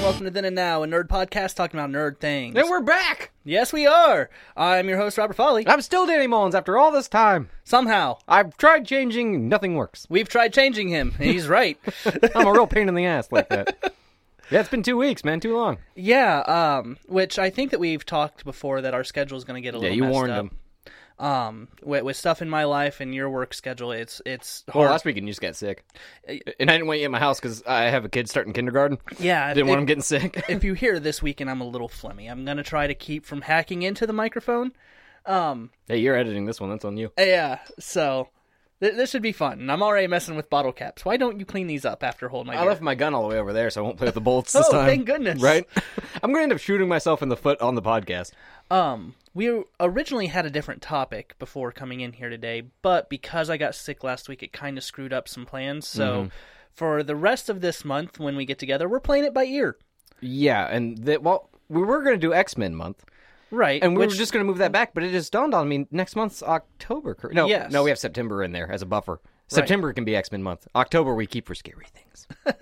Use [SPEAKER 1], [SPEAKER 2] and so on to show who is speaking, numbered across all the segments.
[SPEAKER 1] welcome to Then and Now, a nerd podcast talking about nerd things.
[SPEAKER 2] And we're back.
[SPEAKER 1] yes, we are. I'm your host, Robert Folly.
[SPEAKER 2] I'm still Danny Mullins after all this time.
[SPEAKER 1] Somehow,
[SPEAKER 2] I've tried changing, nothing works.
[SPEAKER 1] we've tried changing him, and he's right.
[SPEAKER 2] I'm a real pain in the ass like that. Yeah, it's been two weeks, man. Too long.
[SPEAKER 1] yeah, um, which I think that we've talked before that our schedule's going to get a
[SPEAKER 2] Yeah,
[SPEAKER 1] little
[SPEAKER 2] you
[SPEAKER 1] messed
[SPEAKER 2] warned
[SPEAKER 1] up.
[SPEAKER 2] them.
[SPEAKER 1] Um, with, with stuff in my life and your work schedule, it's it's
[SPEAKER 2] Well,
[SPEAKER 1] hard.
[SPEAKER 2] last weekend you just got sick, and I didn't want you at my house because I have a kid starting kindergarten.
[SPEAKER 1] yeah,
[SPEAKER 2] Didn't want
[SPEAKER 1] if-
[SPEAKER 2] him getting sick.
[SPEAKER 1] if you hear this weekend, I'm a little phlegmy. I'm going to try to keep from hacking into the microphone. Uh,
[SPEAKER 2] hey, you're editing this one. That's on you.
[SPEAKER 1] Yeah, so th- this should be fun. And I'm already messing with bottle caps. Why don't you clean these up after holding my
[SPEAKER 2] I
[SPEAKER 1] beer?
[SPEAKER 2] left my gun all the way over there, so I won't play with the bolts this
[SPEAKER 1] Oh,
[SPEAKER 2] time.
[SPEAKER 1] thank goodness.
[SPEAKER 2] Right? I'm going to end up shooting myself in the foot on the podcast.
[SPEAKER 1] Um, we originally had a different topic before coming in here today, but because I got sick last week, it kind of screwed up some plans. So
[SPEAKER 2] Mm-hmm.
[SPEAKER 1] for the rest of this month, when we get together, we're playing it by ear.
[SPEAKER 2] Yeah, and that well, we were going to do X Men month,
[SPEAKER 1] Right.
[SPEAKER 2] and we
[SPEAKER 1] which-
[SPEAKER 2] were just going to move that back, but it just dawned on me next month's October. cor- No,
[SPEAKER 1] Yes.
[SPEAKER 2] no, we have September in there as a buffer. September can be X Men month. October we keep for scary things.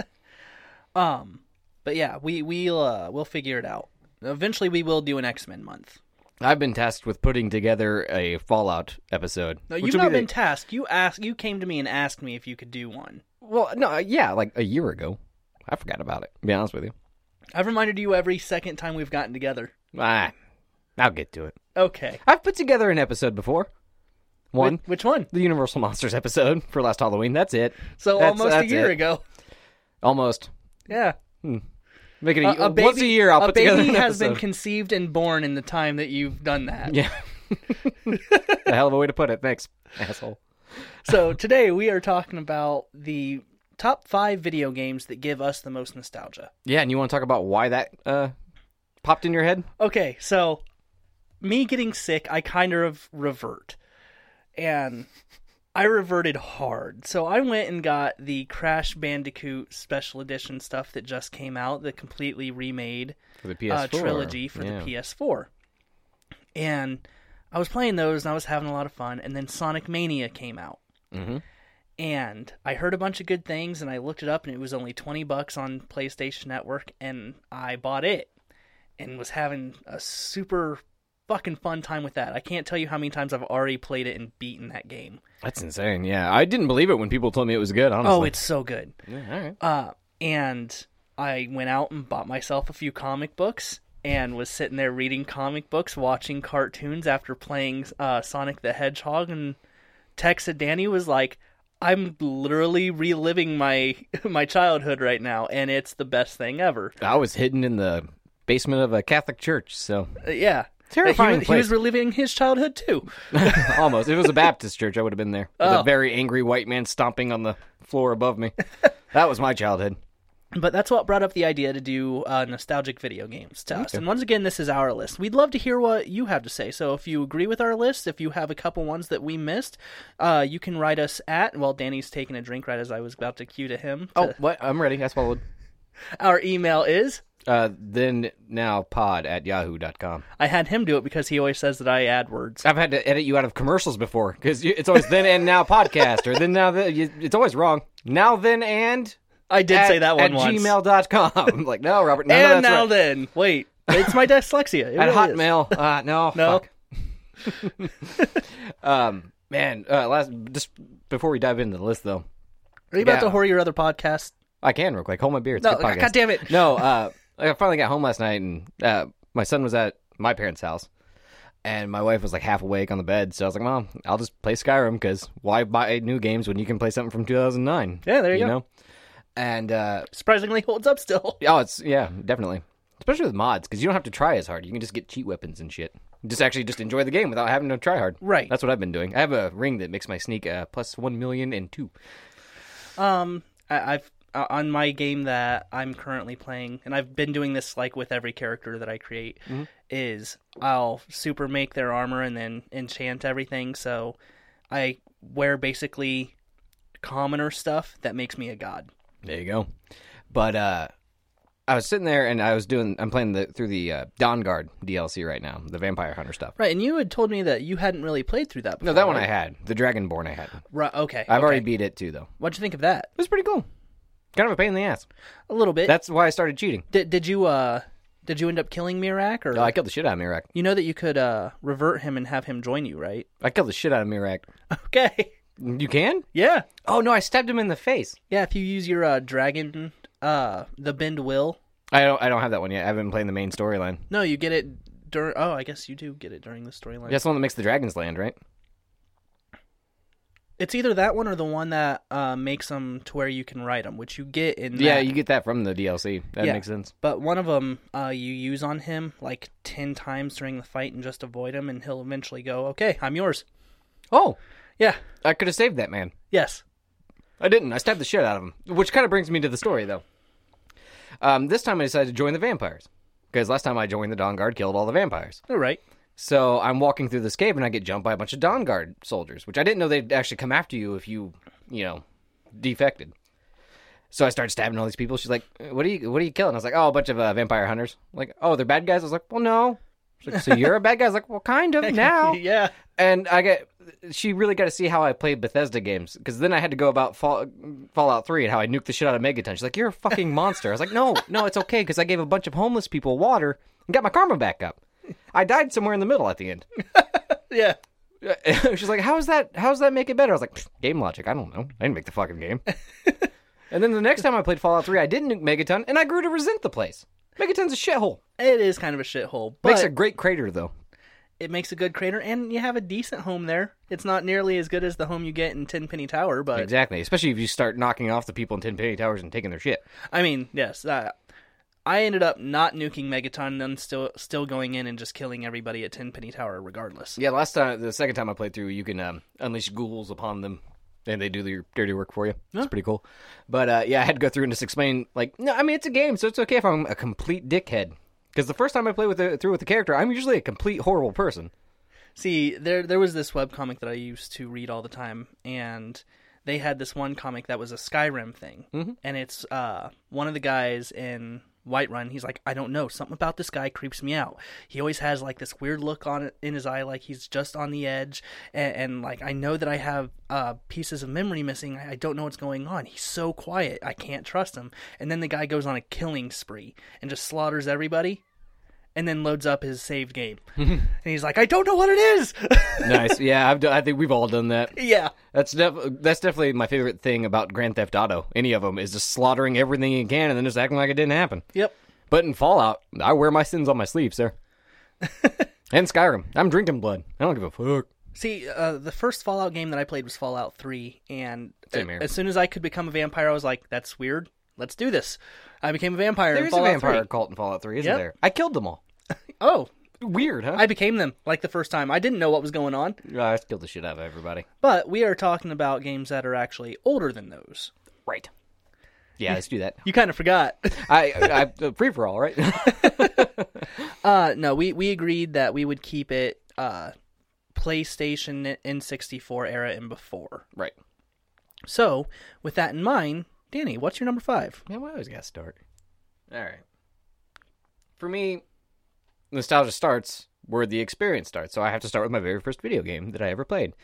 [SPEAKER 1] But yeah, we we'll uh, we'll figure it out. Eventually, we will do an X Men month.
[SPEAKER 2] I've been tasked with putting together a Fallout episode.
[SPEAKER 1] No,
[SPEAKER 2] which
[SPEAKER 1] you've
[SPEAKER 2] will
[SPEAKER 1] not
[SPEAKER 2] be the-
[SPEAKER 1] been tasked. You asked. You came to me and asked me if you could do one.
[SPEAKER 2] well, no, yeah, like a year ago. I forgot about it. To be honest with you,
[SPEAKER 1] I've reminded you every second time we've gotten together.
[SPEAKER 2] ah, I'll get to it.
[SPEAKER 1] Okay.
[SPEAKER 2] I've put together an episode before. One,
[SPEAKER 1] Wh- which one?
[SPEAKER 2] the Universal Monsters episode for last Halloween. That's it.
[SPEAKER 1] So
[SPEAKER 2] That's-
[SPEAKER 1] almost
[SPEAKER 2] that's
[SPEAKER 1] a year
[SPEAKER 2] it.
[SPEAKER 1] ago.
[SPEAKER 2] Almost.
[SPEAKER 1] Yeah.
[SPEAKER 2] Make it a,
[SPEAKER 1] A, a baby,
[SPEAKER 2] once a year. I'll
[SPEAKER 1] a
[SPEAKER 2] put
[SPEAKER 1] baby
[SPEAKER 2] together an
[SPEAKER 1] has been
[SPEAKER 2] episode.
[SPEAKER 1] conceived and born in the time that you've done that.
[SPEAKER 2] Yeah. a hell of a way to put it. Thanks, asshole.
[SPEAKER 1] So today we are talking about the top five video games that give us the most nostalgia.
[SPEAKER 2] Yeah, and you want to talk about why that uh, popped in your head?
[SPEAKER 1] Okay, so me getting sick, I kind of revert, and I reverted hard. So I went and got the Crash Bandicoot Special Edition stuff that just came out, the completely remade.
[SPEAKER 2] For the
[SPEAKER 1] uh, trilogy for the PS4. And I was playing those and I was having a lot of fun. And then Sonic Mania came out.
[SPEAKER 2] Mhm.
[SPEAKER 1] And I heard a bunch of good things and I looked it up and it was only 20 bucks on PlayStation Network. And I bought it and was having a super fucking fun time with that. I can't tell you how many times I've already played it and beaten that game.
[SPEAKER 2] That's insane. Yeah, I didn't believe it when people told me it was good. Honestly.
[SPEAKER 1] Oh, it's so good.
[SPEAKER 2] yeah, all right.
[SPEAKER 1] Uh, and I went out and bought myself a few comic books and was sitting there reading comic books, watching cartoons after playing uh, Sonic the Hedgehog. And Texa Danny was like, "I'm literally reliving my my childhood right now, and it's the best thing ever."
[SPEAKER 2] I was hidden in the basement of a Catholic church, so
[SPEAKER 1] Uh, yeah,
[SPEAKER 2] Terrifying
[SPEAKER 1] He was, he was
[SPEAKER 2] place.
[SPEAKER 1] reliving his childhood too.
[SPEAKER 2] almost. If it was a Baptist church, I would have been there. With
[SPEAKER 1] Oh.
[SPEAKER 2] a very angry white man stomping on the floor above me. that was my childhood.
[SPEAKER 1] But that's what brought up the idea to do uh, nostalgic video games to us. And once again, this is our list. We'd love to hear what you have to say. So if you agree with our list, if you have a couple ones that we missed, uh, you can write us at. Well, Danny's taking a drink right as I was about to cue to him. to-
[SPEAKER 2] Oh, what? I'm ready. I swallowed.
[SPEAKER 1] Our email is.
[SPEAKER 2] Uh, then now pod at yahoo.com.
[SPEAKER 1] I had him do it because he always says that I add words.
[SPEAKER 2] I've had to edit you out of commercials before because it's always then and now podcast or then now the, you- it's always wrong. Now then and
[SPEAKER 1] I did
[SPEAKER 2] at,
[SPEAKER 1] say that one
[SPEAKER 2] at
[SPEAKER 1] once.
[SPEAKER 2] gmail.com. I'm like, no, Robert, no,
[SPEAKER 1] and
[SPEAKER 2] that's
[SPEAKER 1] now
[SPEAKER 2] right.
[SPEAKER 1] then, wait, it's my dyslexia. It
[SPEAKER 2] at
[SPEAKER 1] really is.
[SPEAKER 2] Hotmail. Uh, no,
[SPEAKER 1] No.
[SPEAKER 2] fuck. um, man, uh, last just before we dive into the list though,
[SPEAKER 1] Are you about to
[SPEAKER 2] Yeah.
[SPEAKER 1] whore your other podcast?
[SPEAKER 2] I can real quick. Hold my beer. It's a
[SPEAKER 1] No,
[SPEAKER 2] good podcast.
[SPEAKER 1] God damn it.
[SPEAKER 2] No, uh, I finally got home last night, and uh, my son was at my parents' house, and my wife was like half awake on the bed. So I was like, "Mom, I'll just play Skyrim because why buy new games when you can play something from 2009?"
[SPEAKER 1] Yeah, there you go.
[SPEAKER 2] Know? And uh,
[SPEAKER 1] Surprisingly, holds up still.
[SPEAKER 2] oh, it's yeah, definitely, especially with mods because you don't have to try as hard. You can just get cheat weapons and shit. Just actually just enjoy the game without having to try hard.
[SPEAKER 1] Right.
[SPEAKER 2] That's what I've been doing. I have a ring that makes my sneak uh, plus one million and two.
[SPEAKER 1] Um, I, I've uh, on my game that I'm currently playing, and I've been doing this like with every character that I create. Is I'll super make their armor and then enchant everything, so I wear basically commoner stuff that makes me a god.
[SPEAKER 2] There you go. But uh I was sitting there and I was doing I'm playing the through the uh, Dawn Guard DLC right now, the Vampire Hunter stuff.
[SPEAKER 1] Right, and you had told me that you hadn't really played through that. Before,
[SPEAKER 2] No, that one I had. The Dragonborn I had.
[SPEAKER 1] Right, okay.
[SPEAKER 2] I've
[SPEAKER 1] okay.
[SPEAKER 2] already beat it too though.
[SPEAKER 1] What'd you think of that?
[SPEAKER 2] It was pretty cool. Kind of a pain in the ass.
[SPEAKER 1] A little bit.
[SPEAKER 2] That's why I started cheating.
[SPEAKER 1] Did, did you uh did you end up killing Mirak or
[SPEAKER 2] Oh, I killed the shit out of Mirak.
[SPEAKER 1] you know that you could uh revert him and have him join you, right?
[SPEAKER 2] I killed the shit out of Mirak.
[SPEAKER 1] Okay.
[SPEAKER 2] You can?
[SPEAKER 1] Yeah.
[SPEAKER 2] Oh no, I stabbed him in the face.
[SPEAKER 1] Yeah, if you use your uh dragon uh the bend will.
[SPEAKER 2] I don't. I don't have that one yet. I haven't been playing the main storyline.
[SPEAKER 1] No, you get it during Oh, I guess you do get it during the storyline.
[SPEAKER 2] That's the one that makes the dragons land, right?
[SPEAKER 1] It's either that one or the one that uh makes them to where you can ride them, which you get in
[SPEAKER 2] Yeah,
[SPEAKER 1] that.
[SPEAKER 2] you get that from the DLC. That
[SPEAKER 1] Yeah.
[SPEAKER 2] makes sense.
[SPEAKER 1] But one of them uh, you use on him like 10 times during the fight and just avoid him, and he'll eventually go, Okay, I'm yours.
[SPEAKER 2] Oh,
[SPEAKER 1] Yeah,
[SPEAKER 2] I could have saved that man.
[SPEAKER 1] yes.
[SPEAKER 2] I didn't. I stabbed the shit out of him. Which kind of brings me to the story, though. Um, this time I decided to join the vampires because last time I joined the Dawn Guard killed all the vampires.
[SPEAKER 1] All right.
[SPEAKER 2] So I'm walking through this cave and I get jumped by a bunch of Dawn Guard soldiers, which I didn't know they'd actually come after you if you, you know, defected. So I started stabbing all these people. She's like, "What are you? What are you killing?" I was like, "Oh, a bunch of uh, vampire hunters." I'm like, "Oh, they're bad guys." I was like, "Well, no." She's like, so you're a bad guy. I was like, "Well, kind of now."
[SPEAKER 1] yeah.
[SPEAKER 2] and I get she really got to see how I play Bethesda games because then I had to go about Fall, Fallout Three and how I nuked the shit out of Megaton. She's like, "You're a fucking monster." I was like, "No, no, it's okay because I gave a bunch of homeless people water and got my karma back up. I died somewhere in the middle at the end."
[SPEAKER 1] Yeah.
[SPEAKER 2] She's like, "How's that? How's that make it better?" I was like, "Pfft, "Game logic. I don't know. I didn't make the fucking game." and then the next time I played Fallout Three, I did nuke Megaton and I grew to resent the place. Megaton's a shithole.
[SPEAKER 1] It is kind of a shithole, but
[SPEAKER 2] Makes a great crater though.
[SPEAKER 1] it makes a good crater, and you have a decent home there. It's not nearly as good as the home you get in Tenpenny Tower, but
[SPEAKER 2] Exactly, especially if you start knocking off the people in Ten Penny Towers and taking their shit.
[SPEAKER 1] I mean, yes. Uh, I ended up not nuking Megaton and then still still going in and just killing everybody at Tenpenny Tower regardless.
[SPEAKER 2] Yeah, last time, the second time I played through, you can um, unleash ghouls upon them, and they do their dirty work for you. It's pretty cool. But uh, yeah, I had to go through and just explain, like, no, I mean it's a game, so it's okay if I'm a complete dickhead. Because the first time I play with the, through with the character, I'm usually a complete horrible person.
[SPEAKER 1] See, there there was this webcomic that I used to read all the time, and they had this one comic that was a Skyrim thing, and it's uh, one of the guys in Whiterun. He's like, I don't know, something about this guy creeps me out. He always has like this weird look on in his eye, like he's just on the edge, and, and like I know that I have uh, pieces of memory missing. I, I don't know what's going on. He's so quiet, I can't trust him. And then the guy goes on a killing spree and just slaughters everybody. And then loads up his saved game, and he's like, "I don't know what it is."
[SPEAKER 2] nice. Yeah, I've do- I think we've all done that.
[SPEAKER 1] Yeah.
[SPEAKER 2] That's def- that's definitely my favorite thing about Grand Theft Auto. Any of them is just slaughtering everything you can and then just acting like it didn't happen.
[SPEAKER 1] Yep.
[SPEAKER 2] But in Fallout, I wear my sins on my sleeve, sir. and Skyrim, I'm drinking blood. I don't give a fuck.
[SPEAKER 1] See, uh, the first Fallout game that I played was Fallout 3, and uh,
[SPEAKER 2] Same here.
[SPEAKER 1] as soon as I could become a vampire, I was like, that's weird. Let's do this. I became a vampire
[SPEAKER 2] There
[SPEAKER 1] in
[SPEAKER 2] is
[SPEAKER 1] Fallout
[SPEAKER 2] a vampire
[SPEAKER 1] 3.
[SPEAKER 2] cult in Fallout 3, isn't
[SPEAKER 1] Yep.
[SPEAKER 2] there? I killed them all.
[SPEAKER 1] Oh,
[SPEAKER 2] Weird, huh?
[SPEAKER 1] I became them like the first time. I didn't know what was going on,
[SPEAKER 2] I killed the shit out of everybody.
[SPEAKER 1] but we are talking about games that are actually older than those.
[SPEAKER 2] Right. Yeah, let's do that.
[SPEAKER 1] You kind of forgot.
[SPEAKER 2] I, I, free for all, right?
[SPEAKER 1] uh, no, we, we agreed that we would keep it uh, PlayStation N64 era and before.
[SPEAKER 2] right.
[SPEAKER 1] So, with that in mind, Danny, what's your number five?
[SPEAKER 2] Man, we always got to start. All right. For me, nostalgia starts where the experience starts. So I have to start with my very first video game that I ever played.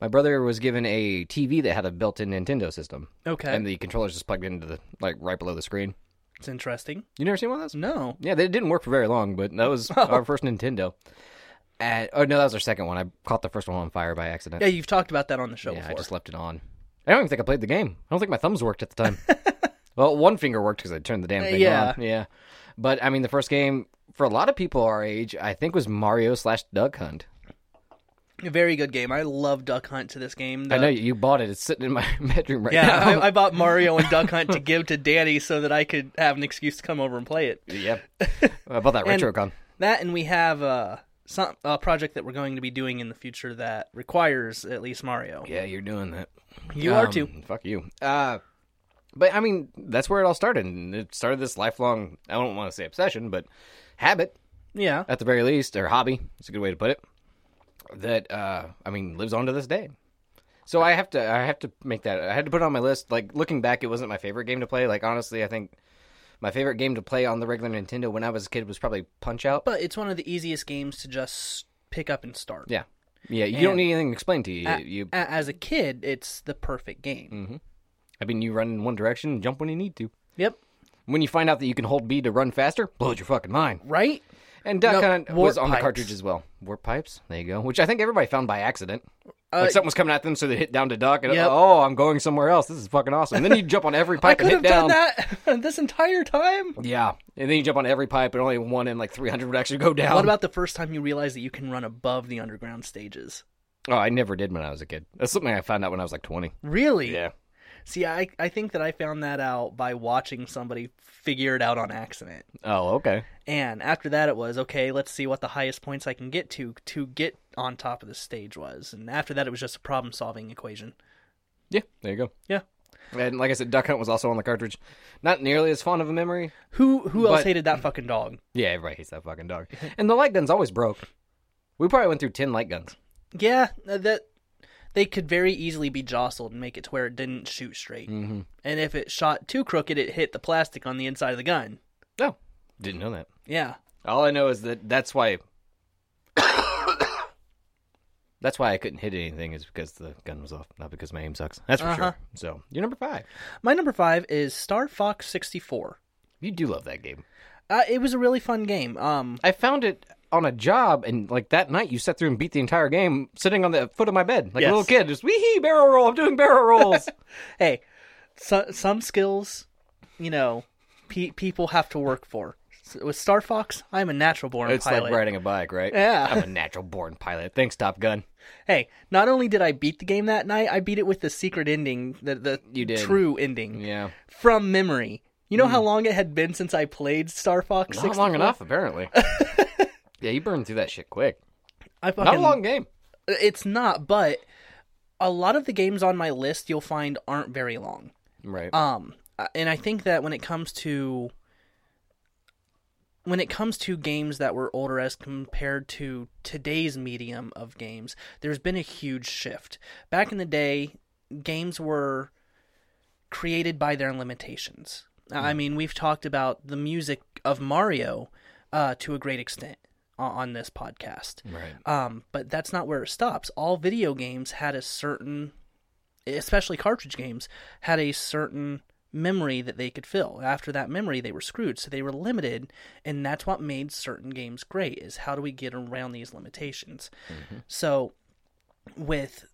[SPEAKER 2] My brother was given a TV that had a built-in Nintendo system,
[SPEAKER 1] Okay.
[SPEAKER 2] and the controller's just plugged into the like right below the screen.
[SPEAKER 1] it's interesting.
[SPEAKER 2] You never seen one of those?
[SPEAKER 1] No.
[SPEAKER 2] Yeah, they didn't work for very long, but that was our first Nintendo. And, oh no, that was our second one. I caught the first one on fire by accident.
[SPEAKER 1] Yeah, you've talked about that on the show
[SPEAKER 2] Yeah, I
[SPEAKER 1] before.
[SPEAKER 2] just left it on. I don't even think I played the game. I don't think my thumbs worked at the time. well, one finger worked because I turned the damn thing
[SPEAKER 1] yeah.
[SPEAKER 2] on. Yeah, but I mean, the first game for a lot of people our age, I think, was Mario slash Duck Hunt.
[SPEAKER 1] A very good game. I love Duck Hunt to this game.
[SPEAKER 2] I know you, you bought it. It's sitting in my bedroom right
[SPEAKER 1] Uh, Yeah,
[SPEAKER 2] now.
[SPEAKER 1] I, I bought Mario and Duck Hunt to give to Danny so that I could have an excuse to come over and play it.
[SPEAKER 2] yep. I bought that
[SPEAKER 1] And-
[SPEAKER 2] RetroCon.
[SPEAKER 1] That and we have uh, some a project that we're going to be doing in the future that requires at least Mario.
[SPEAKER 2] Yeah, you're doing that.
[SPEAKER 1] You are
[SPEAKER 2] Um,
[SPEAKER 1] too.
[SPEAKER 2] Fuck you. Uh, but I mean, that's where it all started. And it started this lifelong, I don't want to say obsession, but habit,
[SPEAKER 1] Yeah.
[SPEAKER 2] at the very least, or hobby, it's a good way to put it, that, uh, I mean, lives on to this day. So I have to, I have to make that, I had to put it on my list. Like, looking back, it wasn't my favorite game to play. Like, honestly, I think my favorite game to play on the regular Nintendo when I was a kid was probably Punch Out.
[SPEAKER 1] But it's one of the easiest games to just pick up and start.
[SPEAKER 2] Yeah. Yeah, you
[SPEAKER 1] And-
[SPEAKER 2] don't
[SPEAKER 1] Uh,
[SPEAKER 2] need anything explained to you. you Mm-hmm.
[SPEAKER 1] A- As a kid, it's the perfect game.
[SPEAKER 2] I mean, you run in one direction and jump when you need to.
[SPEAKER 1] Yep.
[SPEAKER 2] When you find out that you can hold B to run faster, blows your fucking mind.
[SPEAKER 1] Right?
[SPEAKER 2] And
[SPEAKER 1] No,
[SPEAKER 2] Duck Hunt was
[SPEAKER 1] warp
[SPEAKER 2] on the
[SPEAKER 1] pipes.
[SPEAKER 2] cartridge as well. Warp pipes, there you go. Which I think everybody found by accident.
[SPEAKER 1] Uh,
[SPEAKER 2] like something was coming at them, so they hit down to Duck, and
[SPEAKER 1] Yep.
[SPEAKER 2] oh, I'm going somewhere else. This is fucking awesome. And then you jump on every
[SPEAKER 1] I
[SPEAKER 2] pipe and
[SPEAKER 1] could
[SPEAKER 2] hit
[SPEAKER 1] have
[SPEAKER 2] down.
[SPEAKER 1] done that this entire time.
[SPEAKER 2] Yeah, and then you jump on every pipe, and only one in like 300 would actually go down.
[SPEAKER 1] What about the first time you realize that you can run above the underground stages?
[SPEAKER 2] Oh, I never did when I was a kid. That's something I found out when I was like 20.
[SPEAKER 1] Really? See, I, I think that I found that out by watching somebody figure it out on accident.
[SPEAKER 2] Oh, okay.
[SPEAKER 1] And after that, it was okay. Let's see what the highest points I can get to to get on top of the stage was. And after that, it was just a problem solving equation.
[SPEAKER 2] Yeah, there you go.
[SPEAKER 1] Yeah.
[SPEAKER 2] And like I said, Duck Hunt was also on the cartridge. Not nearly as fond of a memory.
[SPEAKER 1] Who who else
[SPEAKER 2] But-
[SPEAKER 1] hated that fucking dog?
[SPEAKER 2] Yeah, everybody hates that fucking dog. And the light guns always broke. We probably went through 10 light guns.
[SPEAKER 1] Yeah, uh, that they could very easily be jostled and make it to where it didn't shoot straight.
[SPEAKER 2] Mm-hmm.
[SPEAKER 1] And if it shot too crooked, it hit the plastic on the inside of the gun.
[SPEAKER 2] No, didn't know that.
[SPEAKER 1] Yeah.
[SPEAKER 2] Oh. All I know is that that's why. that's why I couldn't hit anything is because the gun was off, not because my aim sucks. That's for
[SPEAKER 1] Uh-huh.
[SPEAKER 2] sure. So you're number five.
[SPEAKER 1] My number five is Star Fox 64.
[SPEAKER 2] You do love that game.
[SPEAKER 1] Uh, it was a really fun game. Um,
[SPEAKER 2] I found it on a job, and like that night, you sat through and beat the entire game sitting on the foot of my bed, like
[SPEAKER 1] Yes.
[SPEAKER 2] a little kid, just wee hee barrel roll. I'm doing barrel rolls.
[SPEAKER 1] hey, so, some skills, you know, pe- people have to work for. S- With Star Fox, I'm a natural born
[SPEAKER 2] it's
[SPEAKER 1] pilot.
[SPEAKER 2] like riding a bike, right?
[SPEAKER 1] Yeah.
[SPEAKER 2] I'm a natural born pilot. Thanks, Top Gun.
[SPEAKER 1] Hey, not only did I beat the game that night, I beat it with the secret ending, the the
[SPEAKER 2] You did.
[SPEAKER 1] true ending
[SPEAKER 2] Yeah,
[SPEAKER 1] from memory. You know how long it had been since I played Star Fox?
[SPEAKER 2] Hmm. not
[SPEAKER 1] 64?
[SPEAKER 2] long enough, apparently. yeah, you burned through that shit quick.
[SPEAKER 1] I fucking,
[SPEAKER 2] Not a long game.
[SPEAKER 1] It's not, but a lot of the games on my list you'll find aren't very long.
[SPEAKER 2] Right.
[SPEAKER 1] Um, uh, and I think that when it comes to when it comes to games that were older as compared to today's medium of games, there's been a huge shift. Back in the day, games were created by their limitations. I mean, we've talked about the music of Mario uh, to a great extent on, on this podcast.
[SPEAKER 2] right.
[SPEAKER 1] Um, but that's not where it stops. All video games had a certain, especially cartridge games, had a certain memory that they could fill. After that memory, they were screwed, so they were limited, and that's what made certain games great. Is how do we get around these limitations? So, with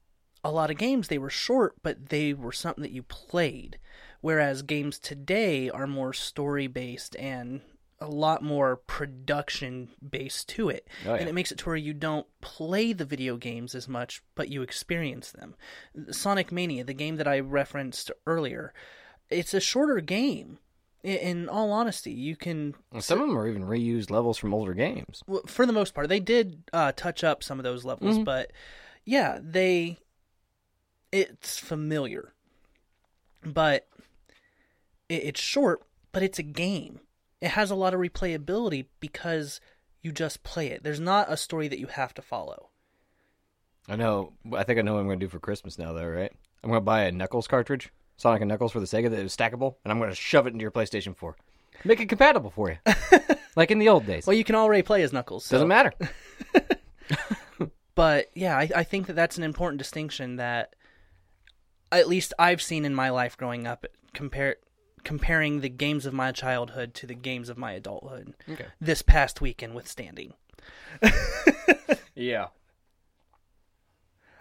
[SPEAKER 1] a lot of games, they were short, but they were something that you played. Whereas games today are more story based and a lot more production based to it
[SPEAKER 2] Oh, yeah.
[SPEAKER 1] and it makes it to where you don't play the video games as much, but you experience them. Sonic Mania, the game that I referenced earlier, it's a shorter game. I- In all honesty, you can,
[SPEAKER 2] Well, Some of them are even reused levels from older games.
[SPEAKER 1] well, for the most part, they did uh, touch up some of those levels, but yeah, they, it's familiar, but it, it's short, but it's a game. It has a lot of replayability because you just play it. There's not a story that you have to follow.
[SPEAKER 2] I know. I think I know what I'm going to do for Christmas now, though, right? I'm going to buy a Knuckles cartridge, Sonic and Knuckles for the Sega that is stackable, and I'm going to shove it into your PlayStation 4. Make it compatible for you. like in the old days.
[SPEAKER 1] Well, you can already play as Knuckles. so-
[SPEAKER 2] Doesn't matter.
[SPEAKER 1] But yeah, I, I think that that's an important distinction that at least I've seen in my life growing up. Compare comparing the games of my childhood to the games of my adulthood.
[SPEAKER 2] Okay.
[SPEAKER 1] This past weekend with standing.
[SPEAKER 2] Yeah.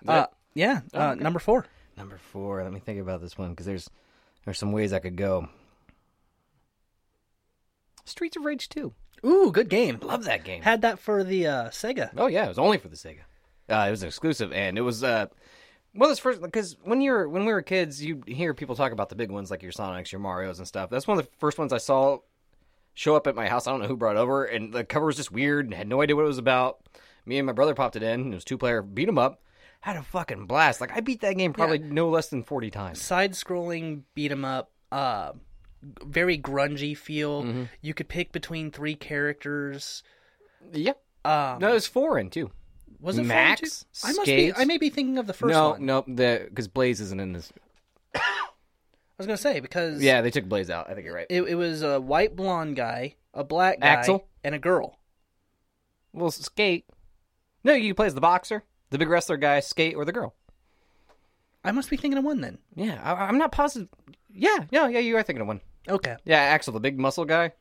[SPEAKER 1] Uh, yeah,
[SPEAKER 2] Oh,
[SPEAKER 1] uh, number four.
[SPEAKER 2] Number four. Let me think about this one because there's there's some ways I could go. Streets of Rage 2.
[SPEAKER 1] Ooh, good game.
[SPEAKER 2] Love that game.
[SPEAKER 1] Had that for the uh, Sega.
[SPEAKER 2] Oh yeah, it was only for the Sega. Uh, it was an exclusive, and it was uh, well, this first because when you're when we were kids, you hear people talk about the big ones like your Sonics, your Mario's, and stuff. That's one of the first ones I saw show up at my house. I don't know who brought it over, and the cover was just weird and had no idea what it was about. Me and my brother popped it in. It was two player. Beat 'em up. Had a fucking blast. Like I beat that game probably no less than forty times.
[SPEAKER 1] Side scrolling beat 'em up. Uh, g- very grungy feel.
[SPEAKER 2] Mm-hmm.
[SPEAKER 1] You could pick between three characters.
[SPEAKER 2] Yeah.
[SPEAKER 1] Um,
[SPEAKER 2] No, it was foreign too.
[SPEAKER 1] was it four
[SPEAKER 2] Max,
[SPEAKER 1] and two? I must be.
[SPEAKER 2] Skates.
[SPEAKER 1] I may be thinking of the first
[SPEAKER 2] no,
[SPEAKER 1] one.
[SPEAKER 2] no, the because Blaze isn't in this.
[SPEAKER 1] I was gonna say because
[SPEAKER 2] Yeah, they took Blaze out. I think you're right.
[SPEAKER 1] it, it was a white blonde guy, a black guy,
[SPEAKER 2] Axel?
[SPEAKER 1] and a girl.
[SPEAKER 2] Well, skate. No, you play as the boxer, the big wrestler guy, skate, or the girl.
[SPEAKER 1] I must be thinking of one then.
[SPEAKER 2] Yeah, I, I'm not positive. Yeah, no, yeah, you are thinking of one.
[SPEAKER 1] Okay.
[SPEAKER 2] Yeah, Axel, the big muscle guy,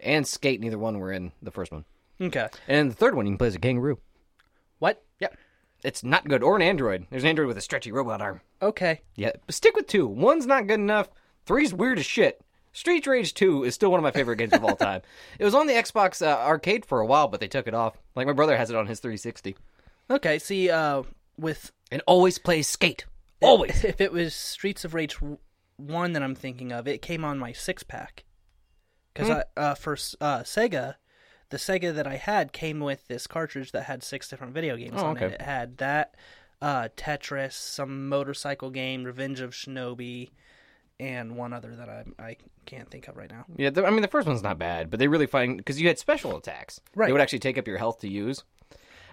[SPEAKER 2] and Skate. Neither one were in the first one,
[SPEAKER 1] Okay.
[SPEAKER 2] and in the third one, he plays a kangaroo.
[SPEAKER 1] What?
[SPEAKER 2] Yep, it's not good. Or an android. There's an android with a stretchy robot arm.
[SPEAKER 1] Okay.
[SPEAKER 2] Yeah, but stick with two. One's not good enough. Three's weird as shit. Street Rage 2 is still one of my favorite games of all time. It was on the Xbox uh, arcade for a while, but they took it off. Like, my brother has it on his 360.
[SPEAKER 1] Okay. See, uh, with
[SPEAKER 2] And always plays Skate. Always.
[SPEAKER 1] if it was Streets of Rage w- one that I'm thinking of, it came on my six pack because
[SPEAKER 2] Hmm.
[SPEAKER 1] I uh, for S- uh, Sega, the Sega that I had came with this cartridge that had six different video games
[SPEAKER 2] Oh,
[SPEAKER 1] on it.
[SPEAKER 2] okay.
[SPEAKER 1] It had that uh, Tetris, some motorcycle game, Revenge of Shinobi, and one other that I I can't think of right now.
[SPEAKER 2] Yeah, the, I mean the first one's not bad, but they really find because you had special attacks.
[SPEAKER 1] Right.
[SPEAKER 2] They would actually take up your health to use.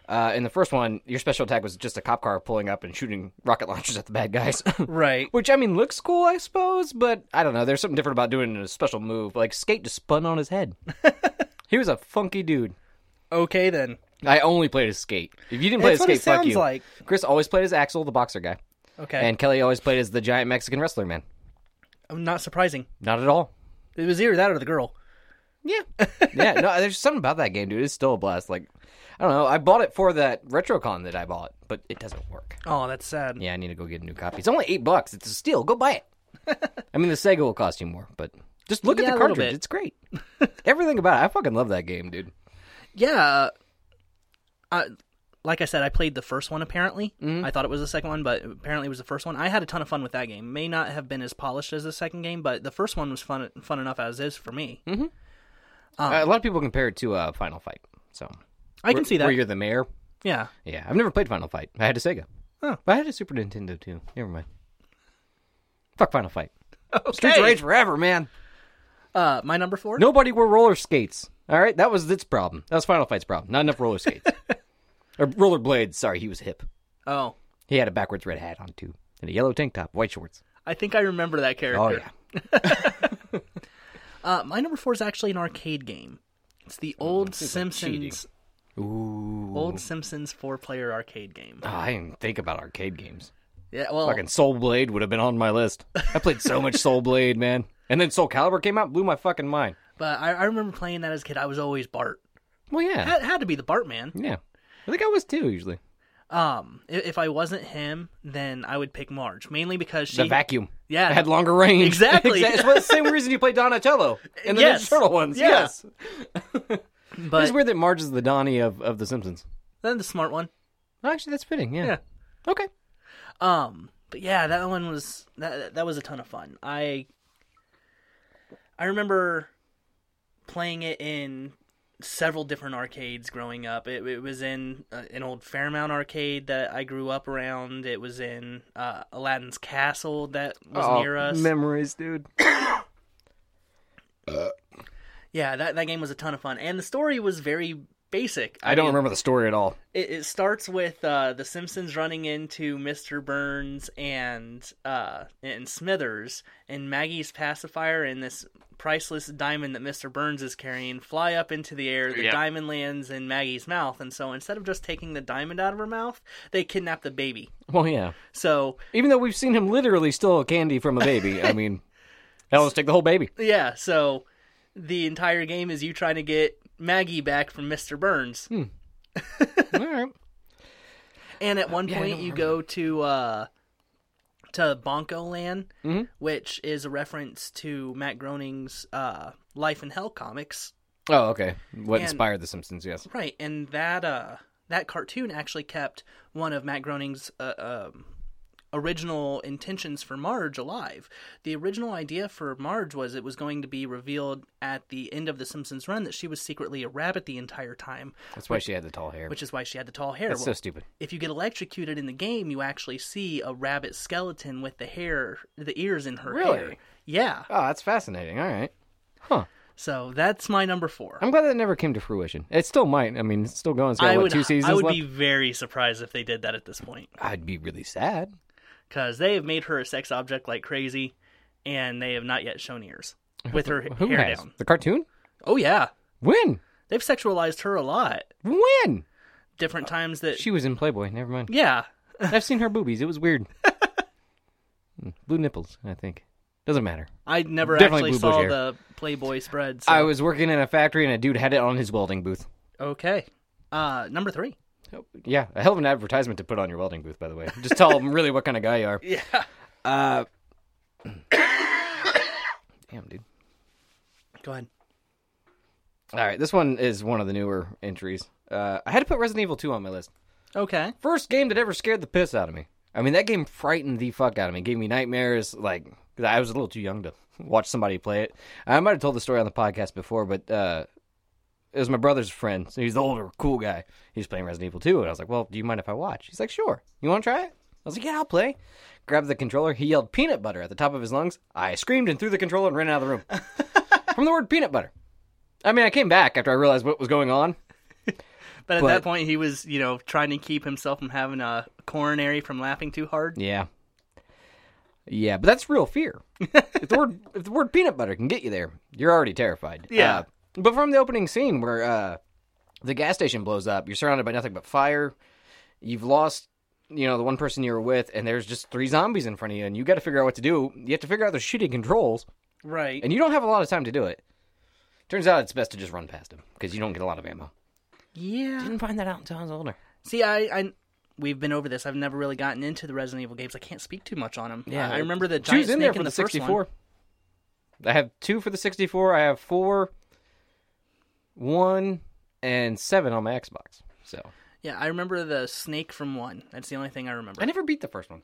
[SPEAKER 2] Uh, in the first one, your special attack was just a cop car pulling up and shooting rocket launchers at the bad guys.
[SPEAKER 1] Right.
[SPEAKER 2] Which I mean looks cool, I suppose, but I don't know. There's something different about doing a special move. Like Skate just spun on his head. he was a funky dude.
[SPEAKER 1] Okay then.
[SPEAKER 2] I only played as Skate. If you didn't play
[SPEAKER 1] That's
[SPEAKER 2] as
[SPEAKER 1] what it
[SPEAKER 2] Skate, fuck
[SPEAKER 1] sounds
[SPEAKER 2] you.
[SPEAKER 1] like.
[SPEAKER 2] Chris always played as Axel, the boxer guy,
[SPEAKER 1] Okay. Oh,
[SPEAKER 2] and Kelly always played as the giant Mexican wrestler man.
[SPEAKER 1] Not surprising.
[SPEAKER 2] Not at all.
[SPEAKER 1] It was either that or the girl.
[SPEAKER 2] Yeah. yeah. No, there's something about that game, dude. It's still a blast. Like, I don't know. I bought it for that RetroCon that I bought, but it doesn't work.
[SPEAKER 1] Oh, that's sad.
[SPEAKER 2] Yeah, I need to go get a new copy. It's only eight bucks. It's a steal. Go buy it. I mean, the Sega will cost you more, but just look
[SPEAKER 1] Yeah,
[SPEAKER 2] at
[SPEAKER 1] a
[SPEAKER 2] the
[SPEAKER 1] little
[SPEAKER 2] cartridge.
[SPEAKER 1] bit.
[SPEAKER 2] It's great. Everything about it. I fucking love that game, dude.
[SPEAKER 1] Yeah. I, like I said, I played the first one apparently.
[SPEAKER 2] Mm-hmm.
[SPEAKER 1] I thought it was the second one, but apparently it was the first one. I had a ton of fun with that game. May not have been as polished as the second game, but the first one was fun fun enough as is for me.
[SPEAKER 2] Mm-hmm. Uh, a lot of people compare it to uh, Final Fight. So
[SPEAKER 1] I can see
[SPEAKER 2] Where
[SPEAKER 1] that.
[SPEAKER 2] you're the mayor.
[SPEAKER 1] Yeah.
[SPEAKER 2] Yeah, I've never played Final Fight. I had a Sega.
[SPEAKER 1] Huh.
[SPEAKER 2] But I had a Super Nintendo too. Never mind. Fuck Final Fight.
[SPEAKER 1] Okay.
[SPEAKER 2] Streets of Rage forever, man.
[SPEAKER 1] Uh, my number four.
[SPEAKER 2] Nobody wore roller skates. All right, that was its problem. That was Final Fight's problem. Not enough roller skates or roller blades. Sorry, he was hip.
[SPEAKER 1] Oh,
[SPEAKER 2] He had a backwards red hat on too, and a yellow tank top, white shorts.
[SPEAKER 1] I think I remember that character.
[SPEAKER 2] Oh yeah,
[SPEAKER 1] Uh, my number four is actually an arcade game. It's the old
[SPEAKER 2] Mm-hmm. cheating.
[SPEAKER 1] Simpsons,
[SPEAKER 2] ooh.
[SPEAKER 1] old Simpsons four-player arcade game.
[SPEAKER 2] Oh, I didn't think about arcade games.
[SPEAKER 1] Yeah, well,
[SPEAKER 2] Fucking Soul Blade would have been on my list. I played so much Soul Blade, man. And then Soul Calibur came out, blew my fucking mind.
[SPEAKER 1] but I, I remember playing that as a kid. I was always Bart.
[SPEAKER 2] Well, yeah,
[SPEAKER 1] Had, had to be the Bart man.
[SPEAKER 2] yeah. I think I was too usually.
[SPEAKER 1] Um, i- if I wasn't him, then I would pick Marge mainly because she.
[SPEAKER 2] The vacuum.
[SPEAKER 1] Yeah.
[SPEAKER 2] It had longer range.
[SPEAKER 1] Exactly.
[SPEAKER 2] Exa- It's the same reason you play Donatello in the
[SPEAKER 1] Yes.
[SPEAKER 2] yes. Turtle ones.
[SPEAKER 1] Yeah.
[SPEAKER 2] Yes.
[SPEAKER 1] but
[SPEAKER 2] It's weird that Marge is the Donnie of, of The Simpsons.
[SPEAKER 1] then the smart one.
[SPEAKER 2] Oh, Actually, that's fitting. Yeah.
[SPEAKER 1] Yeah.
[SPEAKER 2] Okay.
[SPEAKER 1] Um, but yeah, that one was that that was a ton of fun. I I remember playing it in several different arcades growing up. It, it was in uh, an old Fairmount arcade that I grew up around. It was in uh, Aladdin's Castle that was
[SPEAKER 2] Oh,
[SPEAKER 1] near us.
[SPEAKER 2] Memories, dude.
[SPEAKER 1] yeah, that that game was a ton of fun, and the story was very basic.
[SPEAKER 2] I don't
[SPEAKER 1] mean,
[SPEAKER 2] remember the story at all.
[SPEAKER 1] it, it starts with uh, the Simpsons running into Mr. Burns and uh, and Smithers, and Maggie's pacifier and this priceless diamond that Mr. Burns is carrying fly up into the air. The
[SPEAKER 2] Yep.
[SPEAKER 1] diamond lands in Maggie's mouth, and so instead of just taking the diamond out of her mouth, they kidnap the baby.
[SPEAKER 2] Well, yeah.
[SPEAKER 1] So
[SPEAKER 2] Even though we've seen him literally steal a candy from a baby, I mean, hell, let's take the whole baby.
[SPEAKER 1] yeah, so the entire game is you trying to get Maggie back from Mr. Burns.
[SPEAKER 2] all right.
[SPEAKER 1] And at one
[SPEAKER 2] yeah, I
[SPEAKER 1] point,
[SPEAKER 2] don't
[SPEAKER 1] you go to uh, to Bonko Land,
[SPEAKER 2] Mm-hmm.
[SPEAKER 1] which is a reference to Matt Groening's uh, Life in Hell comics,
[SPEAKER 2] Oh, okay. What
[SPEAKER 1] And-
[SPEAKER 2] inspired The Simpsons? Yes.
[SPEAKER 1] right? And that uh, that cartoon actually kept one of Matt Groening's uh, um, original intentions for Marge alive. The original idea for Marge was it was going to be revealed at the end of the Simpsons run that she was secretly a rabbit the entire time,
[SPEAKER 2] That's why she had the tall hair.
[SPEAKER 1] which is why she had the tall hair.
[SPEAKER 2] That's
[SPEAKER 1] Well,
[SPEAKER 2] so stupid.
[SPEAKER 1] if you get electrocuted in the game, you actually see a rabbit skeleton with the hair, the ears in her
[SPEAKER 2] Really?
[SPEAKER 1] hair. Yeah.
[SPEAKER 2] Oh, that's fascinating. All right.
[SPEAKER 1] So that's my number four.
[SPEAKER 2] I'm glad that never came to fruition. It still might. I mean, it's still going. It's got,
[SPEAKER 1] I
[SPEAKER 2] what,
[SPEAKER 1] would,
[SPEAKER 2] two seasons
[SPEAKER 1] I would
[SPEAKER 2] left?
[SPEAKER 1] be very surprised if they did that at this point
[SPEAKER 2] I'd be really sad.
[SPEAKER 1] because they have made her a sex object like crazy, and they have not yet shown ears with her
[SPEAKER 2] Who
[SPEAKER 1] hair
[SPEAKER 2] has?
[SPEAKER 1] down.
[SPEAKER 2] The cartoon?
[SPEAKER 1] Oh yeah,
[SPEAKER 2] When?
[SPEAKER 1] they've sexualized her a lot.
[SPEAKER 2] When?
[SPEAKER 1] Different times that
[SPEAKER 2] Uh, She was in Playboy. Never mind.
[SPEAKER 1] yeah,
[SPEAKER 2] I've seen her boobies. It was weird. Hmm. Blue nipples, I think. Doesn't matter.
[SPEAKER 1] I never actually
[SPEAKER 2] Definitely blue bush
[SPEAKER 1] saw
[SPEAKER 2] hair.
[SPEAKER 1] the Playboy spread. So.
[SPEAKER 2] I was working in a factory and a dude had it on his welding booth.
[SPEAKER 1] okay. Uh, number three.
[SPEAKER 2] Yeah, a hell of an advertisement to put on your welding booth, by the way. Just tell them really what kind of guy you are.
[SPEAKER 1] Yeah.
[SPEAKER 2] Uh, damn, dude.
[SPEAKER 1] Go ahead.
[SPEAKER 2] All right, this one is one of the newer entries. Uh, I had to put Resident Evil 2 on my list.
[SPEAKER 1] Okay.
[SPEAKER 2] First game that ever scared the piss out of me. I mean, that game frightened the fuck out of me. Gave me nightmares. Like, 'cause I was a little too young to watch somebody play it. I might have told the story on the podcast before, but uh, it was my brother's friend. So he's the older, cool guy. He was playing Resident Evil 2, and I was like, "Well, do you mind if I watch?" He's like, "Sure. You want to try it?" I was like, "Yeah, I'll play." Grabbed the controller. He yelled "peanut butter" at the top of his lungs. I screamed and threw the controller and ran out of the room from the word "peanut butter." I mean, I came back after I realized what was going on.
[SPEAKER 1] But at
[SPEAKER 2] But-
[SPEAKER 1] that point, he was, you know, trying to keep himself from having a coronary from laughing too hard.
[SPEAKER 2] Yeah. Yeah, but that's real fear. if the word if the word peanut butter can get you there, you're already terrified.
[SPEAKER 1] Yeah.
[SPEAKER 2] Uh, but from the opening scene where uh, the gas station blows up, you're surrounded by nothing but fire. You've lost, you know, the one person you were with, and there's just three zombies in front of you, and you got to figure out what to do. You have to figure out their shitty controls,
[SPEAKER 1] Right.
[SPEAKER 2] and you don't have a lot of time to do it. Turns out it's best to just run past them because you don't get a lot of ammo.
[SPEAKER 1] Yeah.
[SPEAKER 2] Didn't find that out until I was older.
[SPEAKER 1] See, I, I, we've been over this. I've never really gotten into the Resident Evil games. I can't speak too much on them. I, I remember the
[SPEAKER 2] She
[SPEAKER 1] giant
[SPEAKER 2] was in
[SPEAKER 1] snake
[SPEAKER 2] there for
[SPEAKER 1] in
[SPEAKER 2] the,
[SPEAKER 1] the, first one.
[SPEAKER 2] 64. I have two for the 64. I have four, one, and seven on my Xbox. So
[SPEAKER 1] Yeah, I remember the snake from one. That's the only thing I remember.
[SPEAKER 2] I never beat the first one.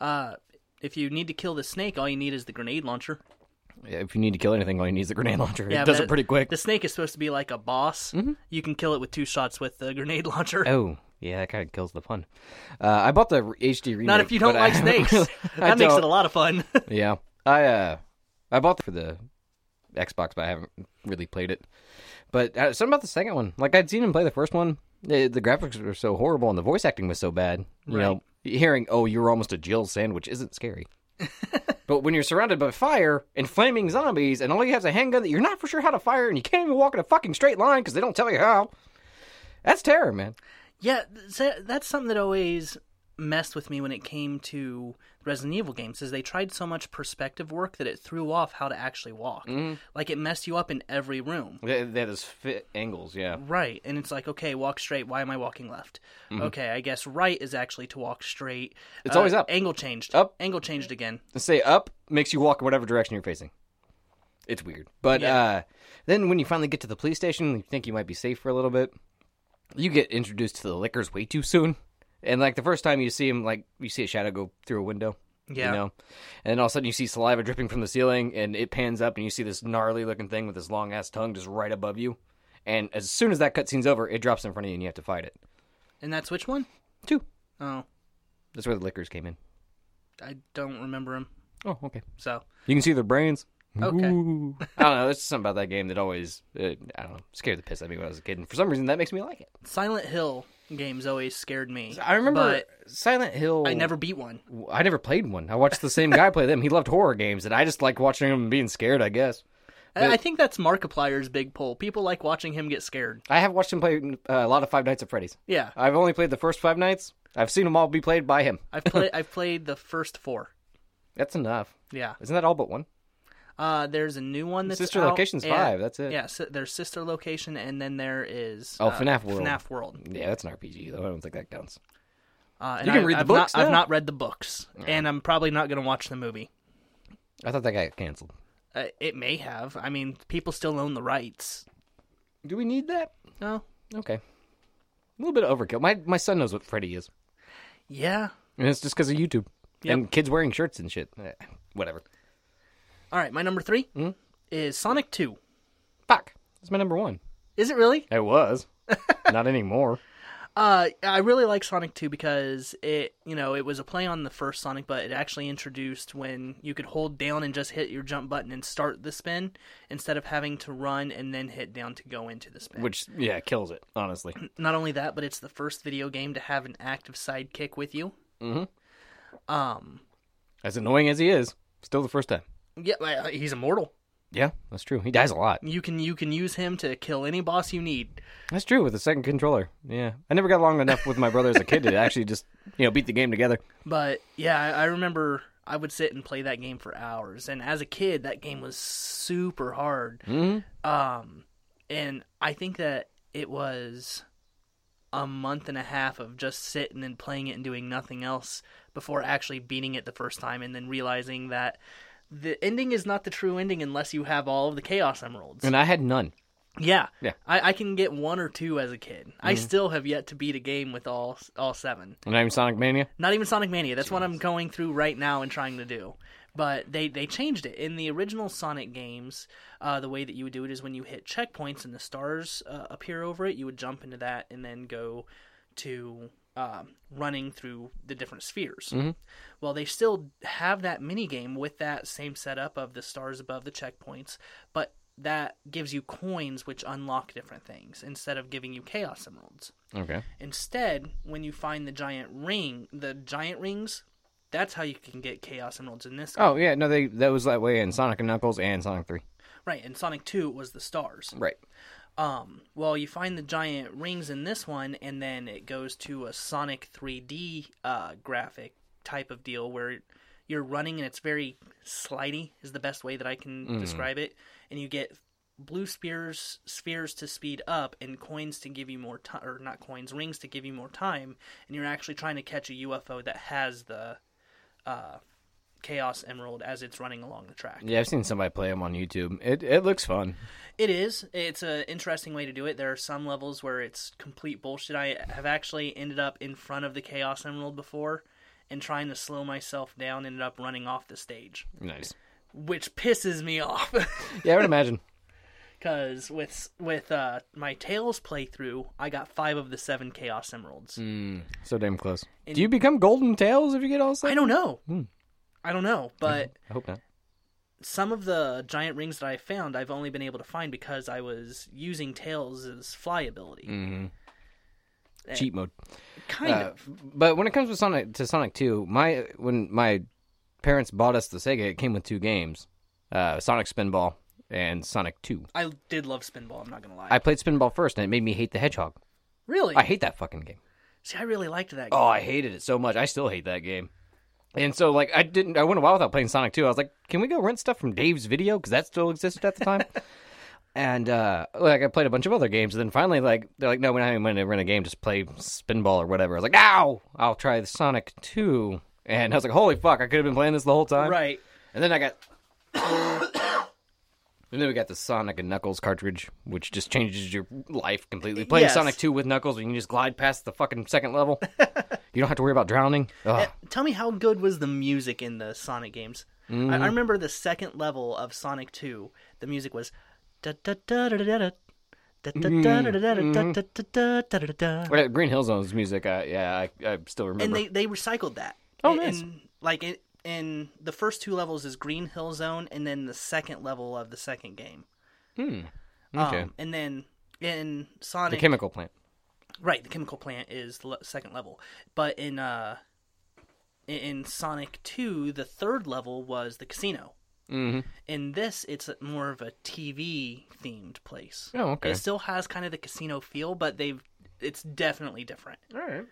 [SPEAKER 1] Uh, if you need to kill the snake, all you need is the grenade launcher.
[SPEAKER 2] Yeah, if you need to kill anything, all you need is a grenade launcher.
[SPEAKER 1] Yeah,
[SPEAKER 2] it does
[SPEAKER 1] but
[SPEAKER 2] it pretty quick. Mm-hmm.
[SPEAKER 1] The snake is supposed to be like a boss. You can kill it with two shots with the grenade launcher.
[SPEAKER 2] Oh, yeah, that kind of kills the fun. Uh, I bought the HD remake.
[SPEAKER 1] Not if you don't
[SPEAKER 2] but I
[SPEAKER 1] like
[SPEAKER 2] haven't
[SPEAKER 1] snakes.
[SPEAKER 2] really- I
[SPEAKER 1] that makes
[SPEAKER 2] don't.
[SPEAKER 1] it a lot of fun.
[SPEAKER 2] Yeah, I uh, I bought the, for the Xbox, but I haven't really played it. But uh, something about the second one, like I'd seen him play the first one. Uh, The, the graphics were so horrible, and the voice acting was so bad. You know, hearing "Oh, you were almost a Jill sandwich" isn't scary. but when you're surrounded by fire and flaming zombies, and all you have is a handgun that you're not for sure how to fire, and you can't even walk in a fucking straight line because they don't tell you how. That's terror, man.
[SPEAKER 1] Yeah, th- so that's something that always messed with me when it came to Resident Evil games is they tried so much perspective work that it threw off how to actually walk.
[SPEAKER 2] Mm-hmm.
[SPEAKER 1] Like it messed you up in every room.
[SPEAKER 2] They, they had those fit angles, yeah.
[SPEAKER 1] Right. And it's like, okay, walk straight. Why am I walking left? Okay, I guess right is actually to walk straight.
[SPEAKER 2] Mm-hmm.
[SPEAKER 1] Uh,
[SPEAKER 2] It's always up.
[SPEAKER 1] Angle changed.
[SPEAKER 2] Up.
[SPEAKER 1] Angle changed again.
[SPEAKER 2] say up makes you walk in whatever direction you're facing. It's weird. But
[SPEAKER 1] Yeah.
[SPEAKER 2] uh, then when you finally get to the police station, you think you might be safe for a little bit. You get introduced to the liquors way too soon. And like the first time you see him, like you see a shadow go through a window.
[SPEAKER 1] Yeah.
[SPEAKER 2] You know? And then all of a sudden you see saliva dripping from the ceiling and it pans up and you see this gnarly looking thing with this long ass tongue just right above you. And as soon as that cutscene's over, it drops in front of you and you have to fight it.
[SPEAKER 1] And that's which one?
[SPEAKER 2] Two.
[SPEAKER 1] Oh,
[SPEAKER 2] That's where the liquors came in.
[SPEAKER 1] I don't remember him.
[SPEAKER 2] Oh, okay.
[SPEAKER 1] So,
[SPEAKER 2] You can see their brains.
[SPEAKER 1] Okay.
[SPEAKER 2] Ooh. I don't know. There's just something about that game that always, uh, I don't know, scared the piss out of me when I was a kid. And for some reason, that makes me like it.
[SPEAKER 1] Silent Hill games always scared me.
[SPEAKER 2] I remember
[SPEAKER 1] But
[SPEAKER 2] Silent Hill.
[SPEAKER 1] I never beat one.
[SPEAKER 2] I never played one. I watched the same guy play them. He loved horror games, and I just liked watching him being scared. I guess
[SPEAKER 1] I I think that's Markiplier's big pull. People like watching him get scared.
[SPEAKER 2] I have watched him play uh, a lot of Five Nights at Freddy's.
[SPEAKER 1] Yeah,
[SPEAKER 2] I've only played the first Five Nights. I've seen them all be played by him.
[SPEAKER 1] I've played. I've played the first four.
[SPEAKER 2] That's enough.
[SPEAKER 1] Yeah,
[SPEAKER 2] Isn't that all but one?
[SPEAKER 1] uh, there's a new one that's
[SPEAKER 2] Sister
[SPEAKER 1] out,
[SPEAKER 2] Location's
[SPEAKER 1] and-
[SPEAKER 2] five, that's it.
[SPEAKER 1] Yeah, si- there's Sister Location, and then there is
[SPEAKER 2] Oh,
[SPEAKER 1] uh,
[SPEAKER 2] FNAF World.
[SPEAKER 1] FNAF World.
[SPEAKER 2] Yeah, that's an RPG though. I don't think that counts.
[SPEAKER 1] Uh, and
[SPEAKER 2] You can
[SPEAKER 1] I,
[SPEAKER 2] read the
[SPEAKER 1] I've
[SPEAKER 2] books
[SPEAKER 1] Not, I've
[SPEAKER 2] now?
[SPEAKER 1] not read the books, and I'm probably not going to watch the movie.
[SPEAKER 2] I thought that got canceled.
[SPEAKER 1] Uh, it may have. I mean, people still own the rights. Oh,
[SPEAKER 2] Do we need that?
[SPEAKER 1] No.
[SPEAKER 2] Okay. A little bit of overkill. My my son knows what Freddy is.
[SPEAKER 1] Yeah.
[SPEAKER 2] And it's just because of YouTube and kids wearing shirts and shit. Eh, Whatever.
[SPEAKER 1] All right, my number 3
[SPEAKER 2] Hmm?
[SPEAKER 1] is Sonic Two.
[SPEAKER 2] Fuck. That's my number one.
[SPEAKER 1] Is it really?
[SPEAKER 2] It was. Not anymore.
[SPEAKER 1] Uh, I really like Sonic 2 because it, you know, it was a play on the first Sonic, but it actually introduced when you could hold down and just hit your jump button and start the spin instead of having to run and then hit down to go into the spin.
[SPEAKER 2] Which yeah kills it. Honestly.
[SPEAKER 1] Not only that, but it's the first video game to have an active sidekick with you. Mm-hmm. Um,
[SPEAKER 2] As annoying as he is, still the first time.
[SPEAKER 1] yeah, well, he's immortal.
[SPEAKER 2] Yeah, that's true. He dies a lot.
[SPEAKER 1] You can you can use him to kill any boss you need.
[SPEAKER 2] That's true with the second controller. Yeah, I never got along enough with my brother as a kid to actually just you know beat the game together.
[SPEAKER 1] But yeah, I, I remember I would sit and play that game for hours. And as a kid, that game was super hard.
[SPEAKER 2] hmm
[SPEAKER 1] Um, and I think that it was a month and a half of just sitting and playing it and doing nothing else before actually beating it the first time and then realizing that the ending is not the true ending unless you have all of the chaos emeralds.
[SPEAKER 2] And I had none.
[SPEAKER 1] yeah.
[SPEAKER 2] Yeah. Mm-hmm.
[SPEAKER 1] I, I can get one or two as a kid. I still have yet to beat a game with all all seven.
[SPEAKER 2] Not even Sonic Mania.
[SPEAKER 1] Not even Sonic Mania. That's what I'm going through right now and trying to do. But they, they changed it. In the original Sonic games, uh, the way that you would do it is when you hit checkpoints and the stars uh, appear over it, you would jump into that and then go to um, running through the different spheres. Well, they still have that mini game with that same setup of the stars above the checkpoints, but that gives you coins which unlock different things instead of giving you chaos emeralds.
[SPEAKER 2] Okay.
[SPEAKER 1] Instead, when you find the giant ring, the giant rings, that's how you can get Chaos Emeralds in this.
[SPEAKER 2] Oh yeah, no, they that was that way in Sonic and Knuckles and Sonic Three.
[SPEAKER 1] Right, in Sonic 2 it was the stars.
[SPEAKER 2] Right.
[SPEAKER 1] Um, well, you find the giant rings in this one, and then it goes to a Sonic 3D uh, graphic type of deal where you're running and it's very slidey, is the best way that I can describe it. And you get blue spears spheres to speed up and coins to give you more time or not coins rings to give you more time and you're actually trying to catch a ufo that has the uh, chaos emerald as it's running along the track
[SPEAKER 2] Yeah, I've seen somebody play them on YouTube. It it looks fun.
[SPEAKER 1] it is. It's an interesting way to do it. There are some levels where it's complete bullshit. I have actually ended up in front of the Chaos Emerald before and trying to slow myself down, ended up running off the stage,
[SPEAKER 2] Nice.
[SPEAKER 1] which pisses me off.
[SPEAKER 2] Yeah, I would imagine.
[SPEAKER 1] Because with, with uh, my Tails playthrough, I got five of the seven Chaos Emeralds.
[SPEAKER 2] So damn close. Do you become Golden Tails if you get all
[SPEAKER 1] I
[SPEAKER 2] seven?
[SPEAKER 1] don't know. Hmm. I don't know, but
[SPEAKER 2] I hope not.
[SPEAKER 1] some of the giant rings that I found, I've only been able to find because I was using Tails' fly ability.
[SPEAKER 2] Cheat mode.
[SPEAKER 1] Kind
[SPEAKER 2] Uh,
[SPEAKER 1] of.
[SPEAKER 2] But when it comes to Sonic to Sonic Two, my when my parents bought us the Sega, it came with two games, uh, Sonic Spinball and Sonic Two.
[SPEAKER 1] I did love Spinball, I'm not going to lie.
[SPEAKER 2] I played Spinball first, and it made me hate the Hedgehog.
[SPEAKER 1] Really?
[SPEAKER 2] I hate that fucking game.
[SPEAKER 1] See, I really liked that. Game.
[SPEAKER 2] Oh, I hated it so much. I still hate that game. And so, like, I didn't. I went a while without playing Sonic Two. I was like, "Can we go rent stuff from Dave's Video? Because that still existed at the time." and uh, like, I played a bunch of other games, and then finally, like, they're like, "No, we're not even going to rent a game. Just play Spinball or whatever." I was like, "No, I'll try the Sonic 2. And I was like, "Holy fuck! I could have been playing this the whole time."
[SPEAKER 1] right.
[SPEAKER 2] And then I got. And then we got the Sonic and Knuckles cartridge, which just changes your life completely. Playing
[SPEAKER 1] Yes.
[SPEAKER 2] Sonic 2 with Knuckles, you can just glide past the fucking second level. you don't have to worry about drowning. Ugh.
[SPEAKER 1] Tell me how good was the music in the Sonic games?
[SPEAKER 2] Mm.
[SPEAKER 1] I, I remember the second level of Sonic Two. The music was da da da da da da. Da, da, da, da, da, da,
[SPEAKER 2] Mm-hmm.
[SPEAKER 1] da, da, da, da, da, da, da.
[SPEAKER 2] Well, Green Hill Zone's music, I, yeah, I, I still remember.
[SPEAKER 1] And they, they recycled that.
[SPEAKER 2] Oh, nice.
[SPEAKER 1] And, like it, in the first two levels is Green Hill Zone, and then the second level of the second game.
[SPEAKER 2] Hmm. okay.
[SPEAKER 1] Um, and then in
[SPEAKER 2] the
[SPEAKER 1] Sonic,
[SPEAKER 2] chemical plant.
[SPEAKER 1] Right, the chemical plant is the le- second level, but in uh, in- in Sonic Two, the third level was the casino.
[SPEAKER 2] Mhm.
[SPEAKER 1] In this, it's more of a TV themed place.
[SPEAKER 2] Oh, okay.
[SPEAKER 1] It still has kind of the casino feel, but they've it's definitely different.
[SPEAKER 2] All right.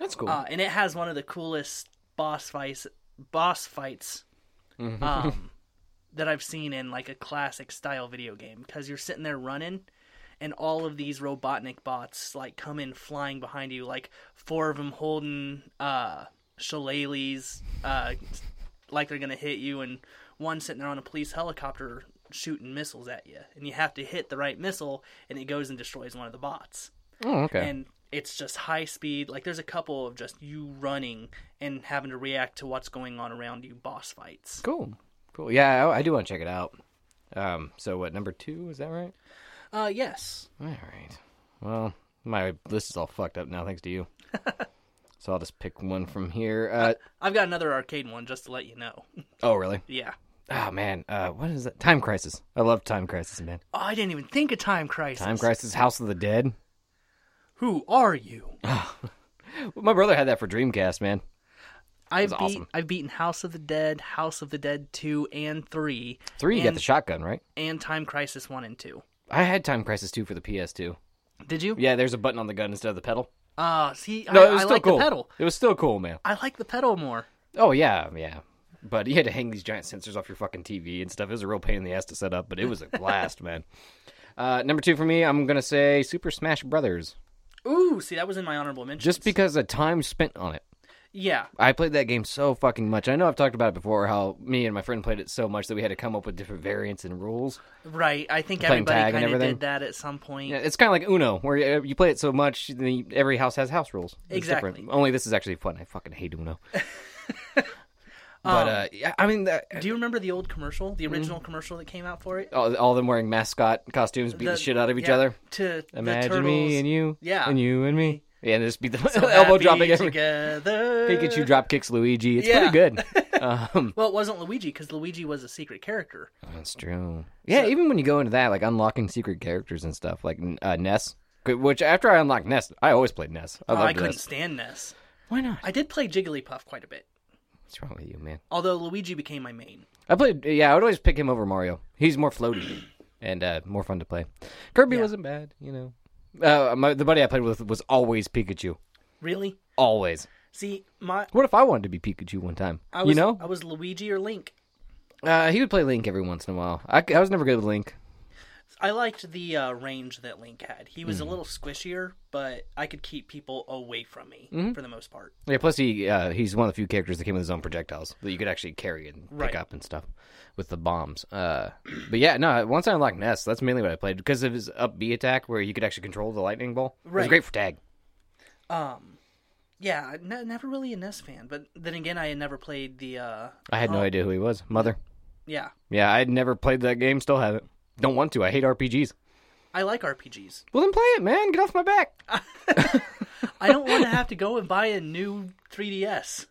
[SPEAKER 2] That's cool.
[SPEAKER 1] Uh, and it has one of the coolest boss fights boss fights um, that I've seen in like a classic style video game because you're sitting there running and all of these robotnik bots like come in flying behind you like four of them holding uh shillelaghs uh like they're gonna hit you and one sitting there on a police helicopter shooting missiles at you and you have to hit the right missile and it goes and destroys one of the bots
[SPEAKER 2] oh, okay.
[SPEAKER 1] and it's just high speed. Like there's a couple of just you running and having to react to what's going on around you, boss fights.
[SPEAKER 2] cool. Cool. Yeah, I, I do want to check it out. Um, so what, number two? Is that right?
[SPEAKER 1] Uh, yes,
[SPEAKER 2] All right. Well, my list is all fucked up now, thanks to you. so I'll just pick one from here. Uh,
[SPEAKER 1] I've got another arcade one just to let you know.
[SPEAKER 2] oh, really?
[SPEAKER 1] yeah.
[SPEAKER 2] Oh man, uh, what is that? Time Crisis. I love Time Crisis, man.
[SPEAKER 1] Oh, I didn't even think of Time Crisis.
[SPEAKER 2] Time Crisis, House of the Dead.
[SPEAKER 1] Who are you?
[SPEAKER 2] My brother had that for Dreamcast, man.
[SPEAKER 1] I've beat,
[SPEAKER 2] awesome.
[SPEAKER 1] I've beaten House of the Dead, House of the Dead two and three,
[SPEAKER 2] Three, you got
[SPEAKER 1] And-
[SPEAKER 2] the shotgun, right?
[SPEAKER 1] and Time Crisis one and two.
[SPEAKER 2] I had Time Crisis two for the PS2.
[SPEAKER 1] Did you?
[SPEAKER 2] Yeah, there's a button on the gun instead of the pedal.
[SPEAKER 1] Uh see,
[SPEAKER 2] No,
[SPEAKER 1] I,
[SPEAKER 2] it was
[SPEAKER 1] I
[SPEAKER 2] still
[SPEAKER 1] like
[SPEAKER 2] cool.
[SPEAKER 1] the pedal.
[SPEAKER 2] It was still cool, man.
[SPEAKER 1] I like the pedal more.
[SPEAKER 2] Oh yeah, yeah. But you had to hang these giant sensors off your fucking TV and stuff. It was a real pain in the ass to set up, but it was a blast, man. Uh, number two for me, I'm gonna say Super Smash Brothers,
[SPEAKER 1] Ooh, see, that was in my honorable mention.
[SPEAKER 2] just because the time spent on it.
[SPEAKER 1] yeah,
[SPEAKER 2] I played that game so fucking much. I know I've talked about it before, how me and my friend played it so much that we had to come up with different variants and rules.
[SPEAKER 1] right. I think
[SPEAKER 2] Playing
[SPEAKER 1] everybody
[SPEAKER 2] tag and
[SPEAKER 1] kind of
[SPEAKER 2] everything.
[SPEAKER 1] did that at some point.
[SPEAKER 2] Yeah, it's kind of like Uno, where you, you play it so much, then you- every house has house rules. It's
[SPEAKER 1] Exactly.
[SPEAKER 2] different. Only this is actually fun. I fucking hate Uno. but uh, yeah, I mean, the,
[SPEAKER 1] Do you remember the old commercial, the original commercial that came out for it?
[SPEAKER 2] all, all of them wearing mascot costumes, beating the, shit out of each
[SPEAKER 1] yeah,
[SPEAKER 2] other.
[SPEAKER 1] To the
[SPEAKER 2] Imagine
[SPEAKER 1] turtles.
[SPEAKER 2] me and you,
[SPEAKER 1] Yeah.
[SPEAKER 2] and you and me. Yeah, and just beat the
[SPEAKER 1] so
[SPEAKER 2] elbow
[SPEAKER 1] happy
[SPEAKER 2] dropping every
[SPEAKER 1] together.
[SPEAKER 2] Pikachu drop kicks Luigi. It's
[SPEAKER 1] Yeah.
[SPEAKER 2] pretty good. um,
[SPEAKER 1] Well, it wasn't Luigi because Luigi was a secret character.
[SPEAKER 2] That's true. Yeah, even when you go into that, like unlocking secret characters and stuff, like uh, Ness. Good- Which after I unlocked Ness, I always played Ness. I
[SPEAKER 1] Oh, I
[SPEAKER 2] loved
[SPEAKER 1] couldn't
[SPEAKER 2] Ness.
[SPEAKER 1] stand this.
[SPEAKER 2] Why not?
[SPEAKER 1] I did play Jigglypuff quite a bit,
[SPEAKER 2] What's wrong with you, man?
[SPEAKER 1] although Luigi became my main.
[SPEAKER 2] I played. Yeah, I would always pick him over Mario. He's more floaty and uh, more fun to play. Kirby wasn't bad, you know. Uh, my, the buddy I played with was always Pikachu.
[SPEAKER 1] Really?
[SPEAKER 2] Always.
[SPEAKER 1] See, my
[SPEAKER 2] What if I wanted to be Pikachu one time?
[SPEAKER 1] I was
[SPEAKER 2] you know,
[SPEAKER 1] I was Luigi or Link.
[SPEAKER 2] uh, he would play Link every once in a while. I, c- I was never good with Link.
[SPEAKER 1] I liked the uh, range that Link had. He
[SPEAKER 2] Mm.
[SPEAKER 1] was a little squishier, but I could keep people away from me
[SPEAKER 2] Mm-hmm.
[SPEAKER 1] for the most part.
[SPEAKER 2] Yeah, plus he uh, he's one of the few characters that came with his own projectiles that you could actually carry and pick
[SPEAKER 1] Right.
[SPEAKER 2] up and stuff with the bombs. Uh, but yeah, no, once I unlocked Ness, that's mainly what I played because of his up B attack where you could actually control the lightning ball. It was
[SPEAKER 1] Right.
[SPEAKER 2] great for tag.
[SPEAKER 1] Um, yeah, ne- never really a NES fan, but then again, I had never played the. Uh,
[SPEAKER 2] I had no
[SPEAKER 1] oh,
[SPEAKER 2] idea who he was. Mother.
[SPEAKER 1] Yeah,
[SPEAKER 2] Yeah, I had never played that game, still haven't. Don't want to. I hate RPGs.
[SPEAKER 1] I like RPGs.
[SPEAKER 2] Well, then play it, man. Get off my back.
[SPEAKER 1] I don't want to have to go and buy a new 3DS.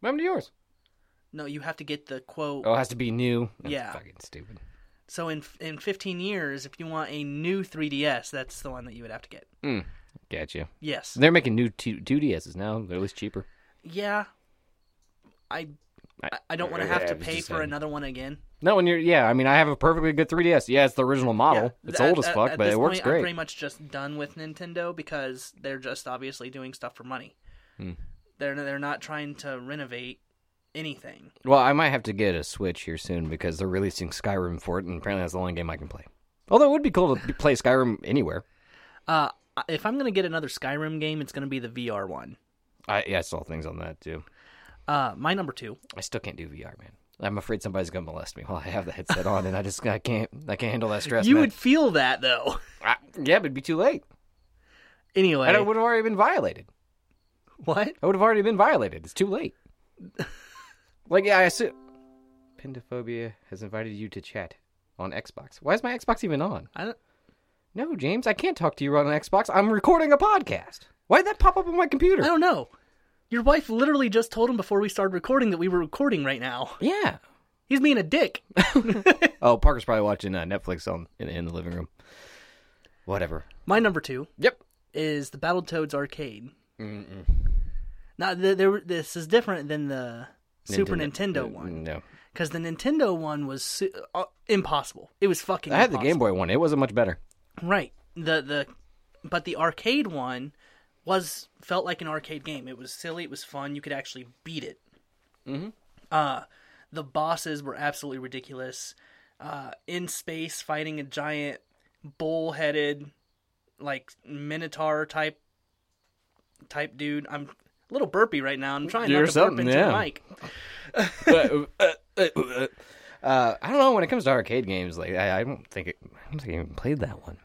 [SPEAKER 2] Remember to yours.
[SPEAKER 1] No, you have to get the quote.
[SPEAKER 2] Oh, it has to be new. That's
[SPEAKER 1] Yeah.
[SPEAKER 2] fucking stupid.
[SPEAKER 1] So in in 15 years, if you want a new 3DS, that's the one that you would have to get.
[SPEAKER 2] Gotcha.
[SPEAKER 1] Yes.
[SPEAKER 2] They're making new two, 2DSs now. They're at least cheaper.
[SPEAKER 1] Yeah. I I, I don't want to
[SPEAKER 2] Yeah,
[SPEAKER 1] have
[SPEAKER 2] I
[SPEAKER 1] to
[SPEAKER 2] was
[SPEAKER 1] pay
[SPEAKER 2] just
[SPEAKER 1] for
[SPEAKER 2] saying.
[SPEAKER 1] another one again.
[SPEAKER 2] No, when you're yeah, I mean, I have a perfectly good 3DS. Yeah, it's the original model.
[SPEAKER 1] Yeah,
[SPEAKER 2] Oh, it's
[SPEAKER 1] at-
[SPEAKER 2] old as
[SPEAKER 1] at-
[SPEAKER 2] fuck,
[SPEAKER 1] at
[SPEAKER 2] but
[SPEAKER 1] this
[SPEAKER 2] it works
[SPEAKER 1] point, I'm
[SPEAKER 2] great.
[SPEAKER 1] pretty much just done with Nintendo because they're just obviously doing stuff for money.
[SPEAKER 2] Hmm.
[SPEAKER 1] They're they're not trying to renovate anything.
[SPEAKER 2] Well, I might have to get a Switch here soon because they're releasing Skyrim for it, and apparently that's the only game I can play. Although it would be cool to be- play Skyrim anywhere.
[SPEAKER 1] Uh, if I'm gonna get another Skyrim game, it's gonna be the VR one.
[SPEAKER 2] I yeah, I saw things on that too.
[SPEAKER 1] Uh, my number two.
[SPEAKER 2] I still can't do VR, man. I'm afraid somebody's gonna molest me while I have the headset on, and I just I can't I can't handle that stress.
[SPEAKER 1] you
[SPEAKER 2] man.
[SPEAKER 1] would feel that though.
[SPEAKER 2] I, yeah, but it'd be too late.
[SPEAKER 1] anyway,
[SPEAKER 2] I would have already been violated.
[SPEAKER 1] what?
[SPEAKER 2] I would have already been violated. It's too late. like yeah, I assume. Pendophobia has invited you to chat on Xbox. Why is my Xbox even on?
[SPEAKER 1] I don't.
[SPEAKER 2] No, James, I can't talk to you on an Xbox. I'm recording a podcast. Why did that pop up on my computer?
[SPEAKER 1] I don't know. Your wife literally just told him before we started recording that we were recording right now.
[SPEAKER 2] Yeah.
[SPEAKER 1] He's being a dick.
[SPEAKER 2] Oh, Parker's probably watching uh, Netflix on in, in the living room. Whatever.
[SPEAKER 1] My number two
[SPEAKER 2] Yep.
[SPEAKER 1] is the Battletoads arcade. Now, th- there, this is different than the Super Nintendo one
[SPEAKER 2] Uh, No,
[SPEAKER 1] because the Nintendo one was su- uh, impossible. It was fucking.
[SPEAKER 2] I had the Game Boy one. It wasn't much better.
[SPEAKER 1] right. The the, but the arcade one was felt like an arcade game. It was silly. It was fun. You could actually beat it. Mm-hmm. Uh, the bosses were absolutely ridiculous. Uh, in space, fighting a giant bull-headed, like minotaur type type dude. I'm a little burpy right now. I'm trying
[SPEAKER 2] You're
[SPEAKER 1] not to burp
[SPEAKER 2] something,
[SPEAKER 1] into the
[SPEAKER 2] yeah.
[SPEAKER 1] mic.
[SPEAKER 2] uh, I don't know. When it comes to arcade games, like I, I don't think it, I don't think I even played that one.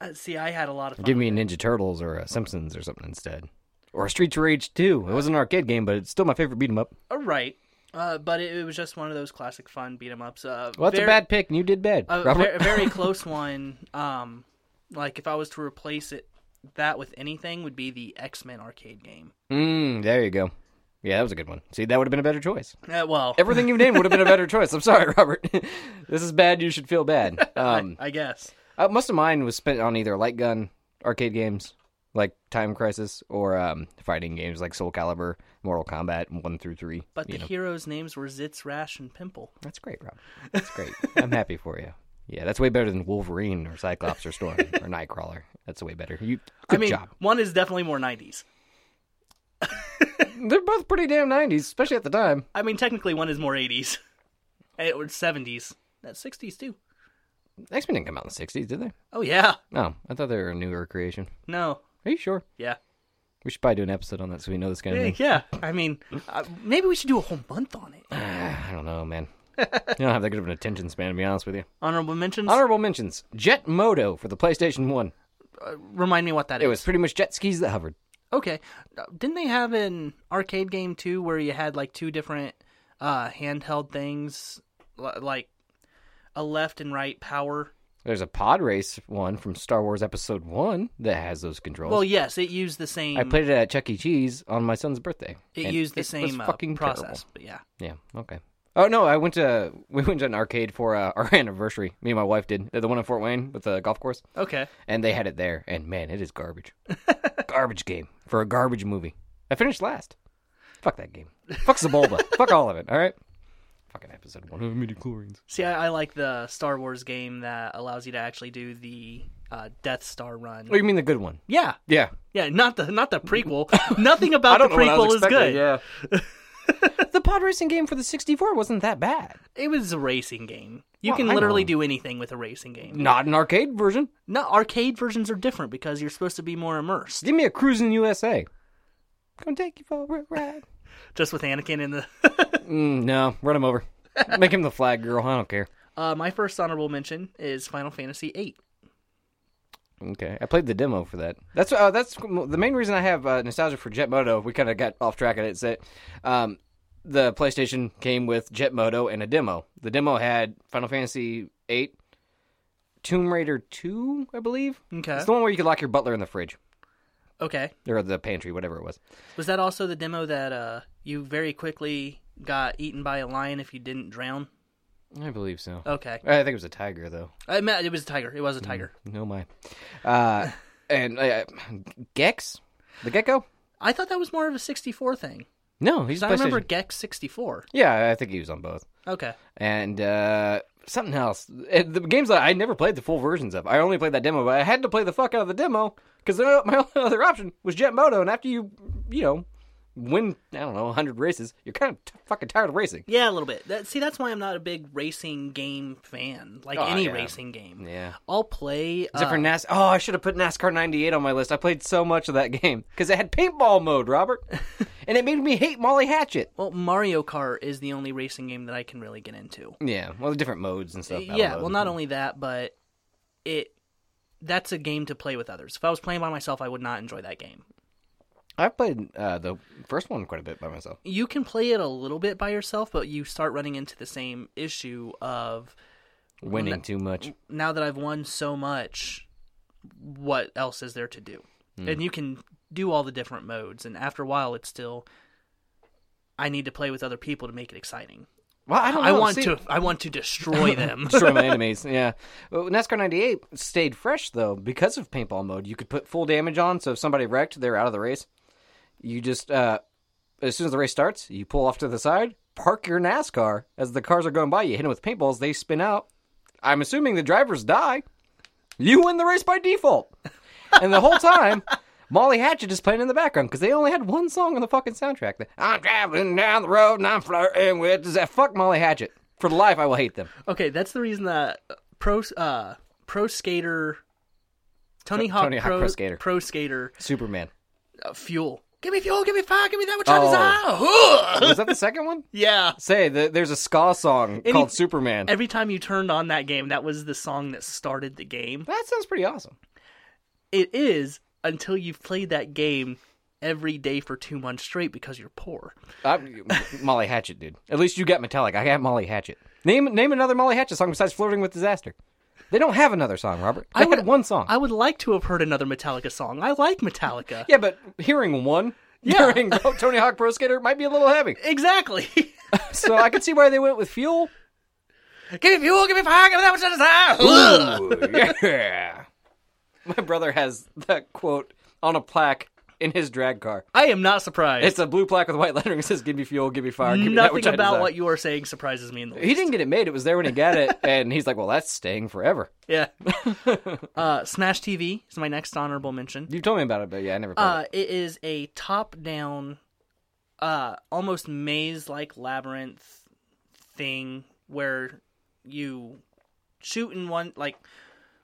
[SPEAKER 1] Uh, see, I had a lot of fun.
[SPEAKER 2] Give me a Ninja Turtles or a Simpsons or something instead, or Streets of Rage Two. It was an arcade game, but it's still my favorite beat 'em up.
[SPEAKER 1] All right. Uh, but it, it was just one of those classic fun beat 'em ups. Uh,
[SPEAKER 2] Well, that's
[SPEAKER 1] very,
[SPEAKER 2] a bad pick, and you did bad,
[SPEAKER 1] a
[SPEAKER 2] Robert.
[SPEAKER 1] ver- a very close one. Um, like if I was to replace it, that with anything would be the X Men arcade game.
[SPEAKER 2] Mm, there you go. Yeah, that was a good one. See, that would have been a better choice.
[SPEAKER 1] Uh, well,
[SPEAKER 2] Everything you've named would have been a better choice. I'm sorry, Robert. this is bad. You should feel bad. Um,
[SPEAKER 1] I guess.
[SPEAKER 2] uh, most of mine was spent on either light gun arcade games like Time Crisis or um, fighting games like Soul Calibur, Mortal Kombat one through three.
[SPEAKER 1] But
[SPEAKER 2] you
[SPEAKER 1] the
[SPEAKER 2] know.
[SPEAKER 1] heroes' names were Zitz, Rash, and Pimple.
[SPEAKER 2] that's great, Robert. That's great. I'm happy for you. Yeah, that's way better than Wolverine or Cyclops or Storm or Nightcrawler. That's way better. You good
[SPEAKER 1] I mean,
[SPEAKER 2] job.
[SPEAKER 1] one is definitely more '90s.
[SPEAKER 2] They're both pretty damn 90s, especially at the time.
[SPEAKER 1] I mean, technically, one is more 80s Eh, or 70s. That's 60s too.
[SPEAKER 2] X Men didn't come out in the 60s, did they?
[SPEAKER 1] Oh yeah.
[SPEAKER 2] No, I thought they were a newer creation.
[SPEAKER 1] No.
[SPEAKER 2] Are you sure?
[SPEAKER 1] Yeah.
[SPEAKER 2] We should probably do an episode on that so we know this kind of
[SPEAKER 1] Eh,
[SPEAKER 2] thing.
[SPEAKER 1] Yeah. I mean, uh, maybe we should do a whole month on it.
[SPEAKER 2] Ah, I don't know, man. you don't have that good of an attention span, to be honest with you.
[SPEAKER 1] Honorable mentions.
[SPEAKER 2] Honorable mentions Jet Moto for the PlayStation 1.
[SPEAKER 1] Remind me what that is.
[SPEAKER 2] It was pretty much jet skis that hovered.
[SPEAKER 1] Okay. Uh, Didn't they have an arcade game too where you had like two different uh handheld things li- like a left and right power?
[SPEAKER 2] There's a pod race one from Star Wars Episode 1 that has those controls.
[SPEAKER 1] Well, yes, it used the same
[SPEAKER 2] I played it at Chuck E. Cheese on my son's birthday.
[SPEAKER 1] Mm. it
[SPEAKER 2] and
[SPEAKER 1] used the
[SPEAKER 2] was
[SPEAKER 1] same uh,
[SPEAKER 2] fucking
[SPEAKER 1] process, but yeah.
[SPEAKER 2] terrible. Yeah, okay. Oh no, I went to we went to an arcade for uh, our anniversary. Me and my wife did. The one in Fort Wayne with the golf course.
[SPEAKER 1] Okay.
[SPEAKER 2] and they had it there. And man, it is garbage. garbage game for a garbage movie. I finished last. Fuck that game. Fuck Zabulba. Fuck all of it. All right. Fucking episode one of midi chlorines.
[SPEAKER 1] See, I, I like the Star Wars game that allows you to actually do the uh, Death Star run.
[SPEAKER 2] Oh, you mean the good one?
[SPEAKER 1] Yeah,
[SPEAKER 2] Yeah.
[SPEAKER 1] yeah, not the not the prequel. Nothing about the prequel is good.
[SPEAKER 2] Yeah. the pod racing game for the 64 wasn't that bad.
[SPEAKER 1] It was a racing game. You
[SPEAKER 2] Well,
[SPEAKER 1] can
[SPEAKER 2] I
[SPEAKER 1] literally
[SPEAKER 2] know.
[SPEAKER 1] do anything with a racing game.
[SPEAKER 2] Not an arcade version.
[SPEAKER 1] No, arcade versions are different because you're supposed to be more immersed.
[SPEAKER 2] Give me a cruising USA. Gonna take you for a ride.
[SPEAKER 1] Just with Anakin in the.
[SPEAKER 2] Mm, no, run him over. Make him the flag girl. I don't care.
[SPEAKER 1] uh, my first honorable mention is Final Fantasy VIII.
[SPEAKER 2] Okay, I played the demo for that. That's uh, that's the main reason I have uh, nostalgia for Jet Moto. We kind of got off track of it. Set, um, the PlayStation came with Jet Moto and a demo. The demo had Final Fantasy VIII, Tomb Raider Two, I believe.
[SPEAKER 1] Okay.
[SPEAKER 2] It's the one where you could lock your butler in the fridge
[SPEAKER 1] Okay,
[SPEAKER 2] or the pantry, whatever it was.
[SPEAKER 1] was that also the demo that uh, you very quickly got eaten by a lion if you didn't drown?
[SPEAKER 2] I believe so.
[SPEAKER 1] Okay,
[SPEAKER 2] I think it was a tiger though.
[SPEAKER 1] I meant it was a tiger. It was a tiger.
[SPEAKER 2] No, Oh, my, uh, and uh, Gex, the gecko.
[SPEAKER 1] I thought that was more of a 64 thing.
[SPEAKER 2] No, he's
[SPEAKER 1] I
[SPEAKER 2] PlayStation.
[SPEAKER 1] remember Gex 64.
[SPEAKER 2] Yeah, I think he was on both.
[SPEAKER 1] Okay.
[SPEAKER 2] and uh, something else. Uh, The games that I never played the full versions of. I only played that demo, but I had to play the fuck out of the demo because my only other option was Jet Moto. And after you, you know, win, I don't know, 100 races, you're kind of t- fucking tired of racing.
[SPEAKER 1] Yeah, a little bit. That, see, that's why I'm not a big racing game fan. Like
[SPEAKER 2] Oh,
[SPEAKER 1] any
[SPEAKER 2] yeah.
[SPEAKER 1] racing game.
[SPEAKER 2] Yeah.
[SPEAKER 1] I'll play.
[SPEAKER 2] Except
[SPEAKER 1] Uh,
[SPEAKER 2] for NAS. Oh, I should have put NASCAR 98 on my list. I played so much of that game because it had paintball mode, Robert. and it made me hate Molly Hatchet.
[SPEAKER 1] well, Mario Kart is the only racing game that I can really get into.
[SPEAKER 2] Yeah. Well, the different modes and stuff. battle
[SPEAKER 1] yeah,
[SPEAKER 2] mode.
[SPEAKER 1] well, not only that, but it. That's a game to play with others. If I was playing by myself, I would not enjoy that game.
[SPEAKER 2] I played uh, the first one quite a bit by myself.
[SPEAKER 1] You can play it a little bit by yourself, but you start running into the same issue of
[SPEAKER 2] Winning too much.
[SPEAKER 1] now that I've won so much, what else is there to do?
[SPEAKER 2] Hmm.
[SPEAKER 1] And you can do all the different modes, and after a while, it's still. I need to play with other people to make it exciting.
[SPEAKER 2] Well, I don't
[SPEAKER 1] I
[SPEAKER 2] know.
[SPEAKER 1] want
[SPEAKER 2] Oh, See-
[SPEAKER 1] to. I want to destroy them.
[SPEAKER 2] destroy my enemies. Yeah, Well, NASCAR '98 stayed fresh though because of paintball mode. You could put full damage on, so if somebody wrecked, they're out of the race. You just uh, as soon as the race starts, you pull off to the side, park your NASCAR. As the cars are going by, you hit them with paintballs. They spin out. I'm assuming the drivers die. You win the race by default. And the whole time, Molly Hatchet is playing in the background because they only had one song on the fucking soundtrack. The, I'm traveling down the road and I'm flirting with. Does that fuck Molly Hatchet? For life, I will hate them.
[SPEAKER 1] okay, that's the reason that pro uh, pro skater Tony Hawk,
[SPEAKER 2] Tony Hawk
[SPEAKER 1] pro,
[SPEAKER 2] Pro Skater.
[SPEAKER 1] pro skater
[SPEAKER 2] Superman.
[SPEAKER 1] uh, fuel. Give me fuel. Give me fire. Give me that which
[SPEAKER 2] Oh.
[SPEAKER 1] I desire.
[SPEAKER 2] Was that the second one?
[SPEAKER 1] yeah.
[SPEAKER 2] Say, the, there's a ska song called Superman.
[SPEAKER 1] Every time you turned on that game, that was the song that started the game.
[SPEAKER 2] that sounds pretty awesome.
[SPEAKER 1] It is until you've played that game every day for two months straight because you're poor.
[SPEAKER 2] I'm, Molly Hatchet, dude. At least you got Metallic. I got Molly Hatchet. Name name another Molly Hatchet song besides "Flirting with Disaster." They don't have another song, Robert. They
[SPEAKER 1] I would-
[SPEAKER 2] had one song.
[SPEAKER 1] I would like to have heard another Metallica song. I like Metallica.
[SPEAKER 2] yeah, but hearing one
[SPEAKER 1] Yeah.
[SPEAKER 2] during Tony Hawk Pro Skater might be a little heavy.
[SPEAKER 1] Exactly.
[SPEAKER 2] So I could see why they went with Fuel.
[SPEAKER 1] give me fuel, give me fire, give me that which I desire. Ugh.
[SPEAKER 2] Ooh, yeah. My brother has that quote on a plaque in his drag car.
[SPEAKER 1] I am not surprised.
[SPEAKER 2] It's a blue plaque with white lettering. It says, "Give me fuel, give me fire, give me that
[SPEAKER 1] Nothing
[SPEAKER 2] which I
[SPEAKER 1] about
[SPEAKER 2] desire."
[SPEAKER 1] what you are saying surprises me in the least.
[SPEAKER 2] He didn't get it made. It was there when he got it, and he's like, "Well, that's staying forever."
[SPEAKER 1] Yeah. uh, Smash TV is my next honorable mention.
[SPEAKER 2] You told me about it, but yeah, I never played
[SPEAKER 1] Uh, it is a top-down uh, almost maze like labyrinth thing where you shoot in one like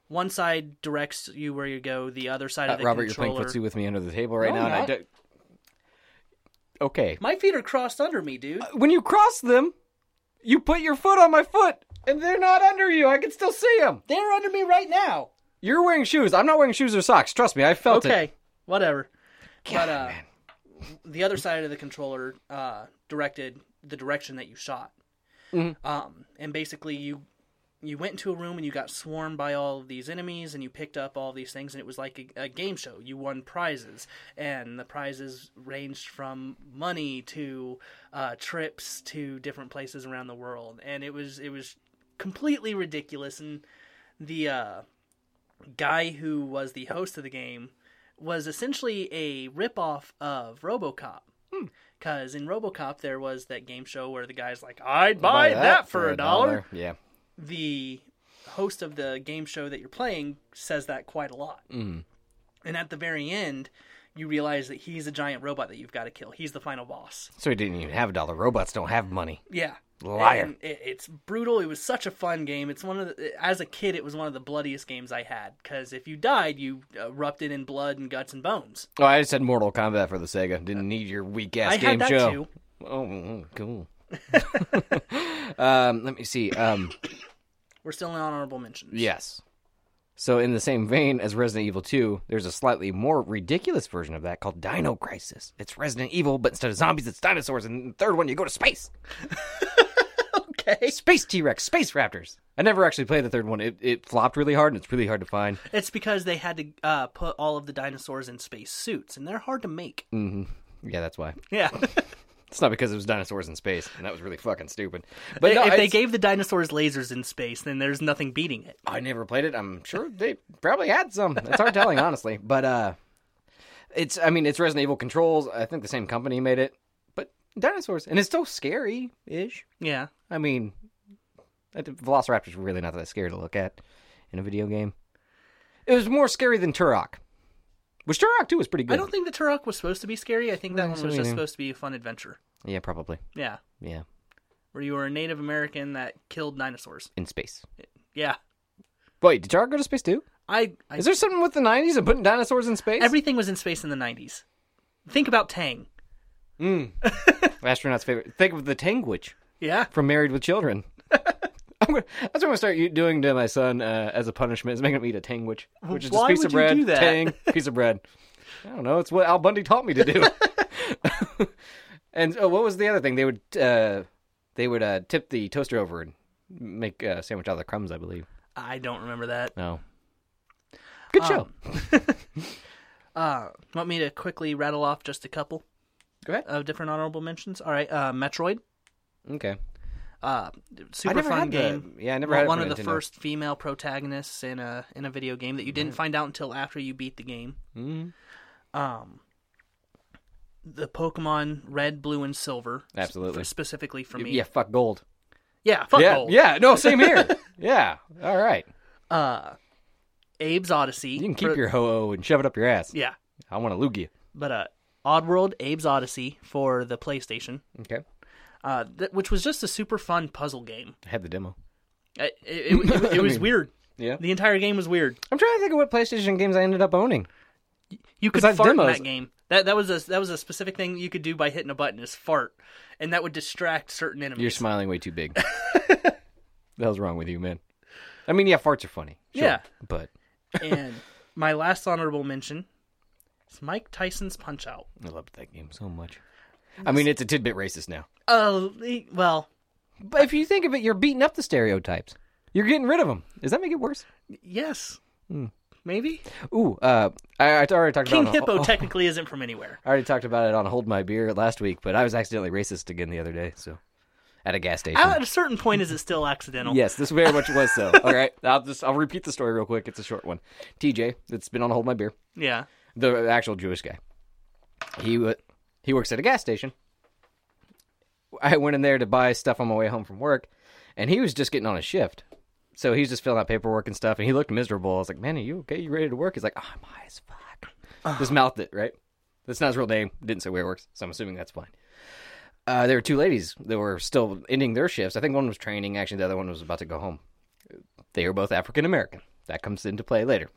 [SPEAKER 1] one side directs you where you go, the other side
[SPEAKER 2] Uh,
[SPEAKER 1] of the
[SPEAKER 2] Robert,
[SPEAKER 1] controller.
[SPEAKER 2] you're playing footsie with me under the table right
[SPEAKER 1] No,
[SPEAKER 2] now.
[SPEAKER 1] I'm
[SPEAKER 2] And I
[SPEAKER 1] not.
[SPEAKER 2] don't... Okay.
[SPEAKER 1] My feet are crossed under me, dude.
[SPEAKER 2] When you cross them, you put your foot on my foot, and they're not under you. I can still see them.
[SPEAKER 1] They're under me right now.
[SPEAKER 2] You're wearing shoes. I'm not wearing shoes or socks. Trust me, I felt it.
[SPEAKER 1] Okay, whatever. but uh,
[SPEAKER 2] man.
[SPEAKER 1] the other side of the controller uh, directed the direction that you shot, um, and basically you you went into a room and you got swarmed by all of these enemies and you picked up all these things and it was like a, a game show. You won prizes, and the prizes ranged from money to uh, trips to different places around the world, and it was it was completely ridiculous and the. Uh, guy who was the host of the game was essentially a ripoff of RoboCop. Because in RoboCop, there was that game show where the guy's like, I'd buy, that, for a dollar.
[SPEAKER 2] Yeah.
[SPEAKER 1] The host of the game show that you're playing says that quite a lot.
[SPEAKER 2] Mm.
[SPEAKER 1] And at the very end, you realize that he's a giant robot that you've got to kill. He's the final boss.
[SPEAKER 2] So he didn't even have a dollar. Robots don't have money.
[SPEAKER 1] Yeah.
[SPEAKER 2] Liar.
[SPEAKER 1] And it, it's brutal. It was such a fun game. It's one of the, as a kid, it was one of the bloodiest games I had because if you died, you erupted in blood and guts and bones.
[SPEAKER 2] Oh, I just had Mortal Kombat for the Sega. Didn't need your weak ass
[SPEAKER 1] Uh, I
[SPEAKER 2] game
[SPEAKER 1] had that
[SPEAKER 2] show.
[SPEAKER 1] too.
[SPEAKER 2] Oh, oh, cool. um, let me see. Um,
[SPEAKER 1] We're still in honorable mentions.
[SPEAKER 2] yes. So, in the same vein as Resident Evil 2, there's a slightly more ridiculous version of that called Dino Crisis. It's Resident Evil, but instead of zombies, it's dinosaurs. And in the third one, you go to space.
[SPEAKER 1] Okay.
[SPEAKER 2] Space T Rex, Space Raptors. I never actually played the third one. It, it flopped really hard, and it's really hard to find.
[SPEAKER 1] It's because they had to uh, put all of the dinosaurs in space suits, and they're hard to make.
[SPEAKER 2] Mm. Yeah, that's why.
[SPEAKER 1] Yeah.
[SPEAKER 2] It's not because it was dinosaurs in space, and that was really fucking stupid. But
[SPEAKER 1] But
[SPEAKER 2] no,
[SPEAKER 1] if they
[SPEAKER 2] it's-
[SPEAKER 1] gave the dinosaurs lasers in space, then there's nothing beating it.
[SPEAKER 2] I never played it. I'm sure they probably had some. It's hard telling, honestly. But uh, it's I mean it's Resident Evil controls. I think the same company made it, but dinosaurs, and it's still scary ish.
[SPEAKER 1] Yeah.
[SPEAKER 2] I mean, I think Velociraptors were really not that scary to look at in a video game. It was more scary than Turok, which Turok too was pretty good.
[SPEAKER 1] I don't think the Turok was supposed to be scary. I think that
[SPEAKER 2] Yeah,
[SPEAKER 1] one
[SPEAKER 2] so
[SPEAKER 1] was
[SPEAKER 2] we
[SPEAKER 1] just
[SPEAKER 2] do.
[SPEAKER 1] supposed to be a fun adventure.
[SPEAKER 2] Yeah, probably.
[SPEAKER 1] Yeah.
[SPEAKER 2] Yeah,
[SPEAKER 1] Where you were a Native American that killed dinosaurs.
[SPEAKER 2] in space.
[SPEAKER 1] Yeah.
[SPEAKER 2] Wait, did Turok go to space too?
[SPEAKER 1] I, I
[SPEAKER 2] Is there something with the '90s and putting dinosaurs in space?
[SPEAKER 1] everything was in space in the 90s. Think about Tang.
[SPEAKER 2] Astronauts' favorite. Think of the Tanguich.
[SPEAKER 1] Yeah.
[SPEAKER 2] from Married with Children. I'm gonna, that's what I'm gonna start u- doing to my son uh, as a punishment. Is making him eat a tangwich, which is
[SPEAKER 1] Why
[SPEAKER 2] just
[SPEAKER 1] would
[SPEAKER 2] a piece of
[SPEAKER 1] you
[SPEAKER 2] bread.
[SPEAKER 1] do that?
[SPEAKER 2] Tang, piece of bread. I don't know. It's what Al Bundy taught me to do. and oh, what was the other thing? They would uh, they would uh, tip the toaster over and make a sandwich out of the crumbs, I believe.
[SPEAKER 1] I don't remember that.
[SPEAKER 2] No. Good show.
[SPEAKER 1] Um, Uh, want me to quickly rattle off just a couple
[SPEAKER 2] Go ahead.
[SPEAKER 1] of different honorable mentions? All right. Uh, Metroid.
[SPEAKER 2] Okay.
[SPEAKER 1] Uh,
[SPEAKER 2] I
[SPEAKER 1] super
[SPEAKER 2] never
[SPEAKER 1] fun
[SPEAKER 2] had the-
[SPEAKER 1] game.
[SPEAKER 2] yeah, I never had it
[SPEAKER 1] one
[SPEAKER 2] for
[SPEAKER 1] of the
[SPEAKER 2] Nintendo.
[SPEAKER 1] first female protagonists in a in a video game that you
[SPEAKER 2] Mm.
[SPEAKER 1] didn't find out until after you beat the game.
[SPEAKER 2] Mhm.
[SPEAKER 1] Um, the Pokemon Red, Blue, and Silver. s-
[SPEAKER 2] Absolutely.
[SPEAKER 1] for- specifically for me.
[SPEAKER 2] Yeah. Fuck gold.
[SPEAKER 1] Yeah. Fuck
[SPEAKER 2] yeah.
[SPEAKER 1] gold.
[SPEAKER 2] Yeah. No. Same here. yeah. All right.
[SPEAKER 1] Uh, Abe's Odyssey.
[SPEAKER 2] You can keep your ho oh and shove it up your ass.
[SPEAKER 1] yeah.
[SPEAKER 2] I want a lugia.
[SPEAKER 1] But uh, Oddworld, Abe's Odyssey for the PlayStation,
[SPEAKER 2] Okay.
[SPEAKER 1] uh, th- which was just a super fun puzzle game.
[SPEAKER 2] I had the demo.
[SPEAKER 1] I- It, it, it, it was weird.
[SPEAKER 2] Yeah.
[SPEAKER 1] The entire game was weird.
[SPEAKER 2] I'm trying to think of what PlayStation games I ended up owning.
[SPEAKER 1] You could
[SPEAKER 2] Besides
[SPEAKER 1] fart in
[SPEAKER 2] demos.
[SPEAKER 1] that game. That that was a that was a specific thing you could do by hitting a button is fart, and that would distract certain enemies.
[SPEAKER 2] You're smiling way too big. the hell's wrong with you, man? I mean, yeah, farts are funny. Sure.
[SPEAKER 1] Yeah.
[SPEAKER 2] But
[SPEAKER 1] and my last honorable mention is Mike Tyson's Punch Out.
[SPEAKER 2] I loved that game so much. I mean, it's a tidbit racist now.
[SPEAKER 1] Oh well,
[SPEAKER 2] But if you think of it, you're beating up the stereotypes. You're getting rid of them. Does that make it worse?
[SPEAKER 1] yes, maybe
[SPEAKER 2] Ooh, uh, I, Hmm. I already talked
[SPEAKER 1] King
[SPEAKER 2] about it on-
[SPEAKER 1] Hippo technically isn't from anywhere.
[SPEAKER 2] I already talked about it on Hold My Beer last week, but I was accidentally racist again the other day. So, at a gas station.
[SPEAKER 1] At a certain point, is it still accidental?
[SPEAKER 2] Yes, this very much was so. All right, I'll just I'll repeat the story real quick. It's a short one. TJ, that's been on hold my beer.
[SPEAKER 1] Yeah.
[SPEAKER 2] The actual Jewish guy. He wa- he works at a gas station. I went in there to buy stuff on my way home from work, and he was just getting on a shift. So he was just filling out paperwork and stuff, and he looked miserable. I was like, "Man, are you okay? You ready to work?" He's like, oh, "I'm high as fuck." Just mouthed it, right? That's not his real name. Didn't say where it works, so I'm assuming that's fine. Uh, there were two ladies that were still ending their shifts. I think one was training. Actually, the other one was about to go home. They were both African American. That comes into play later.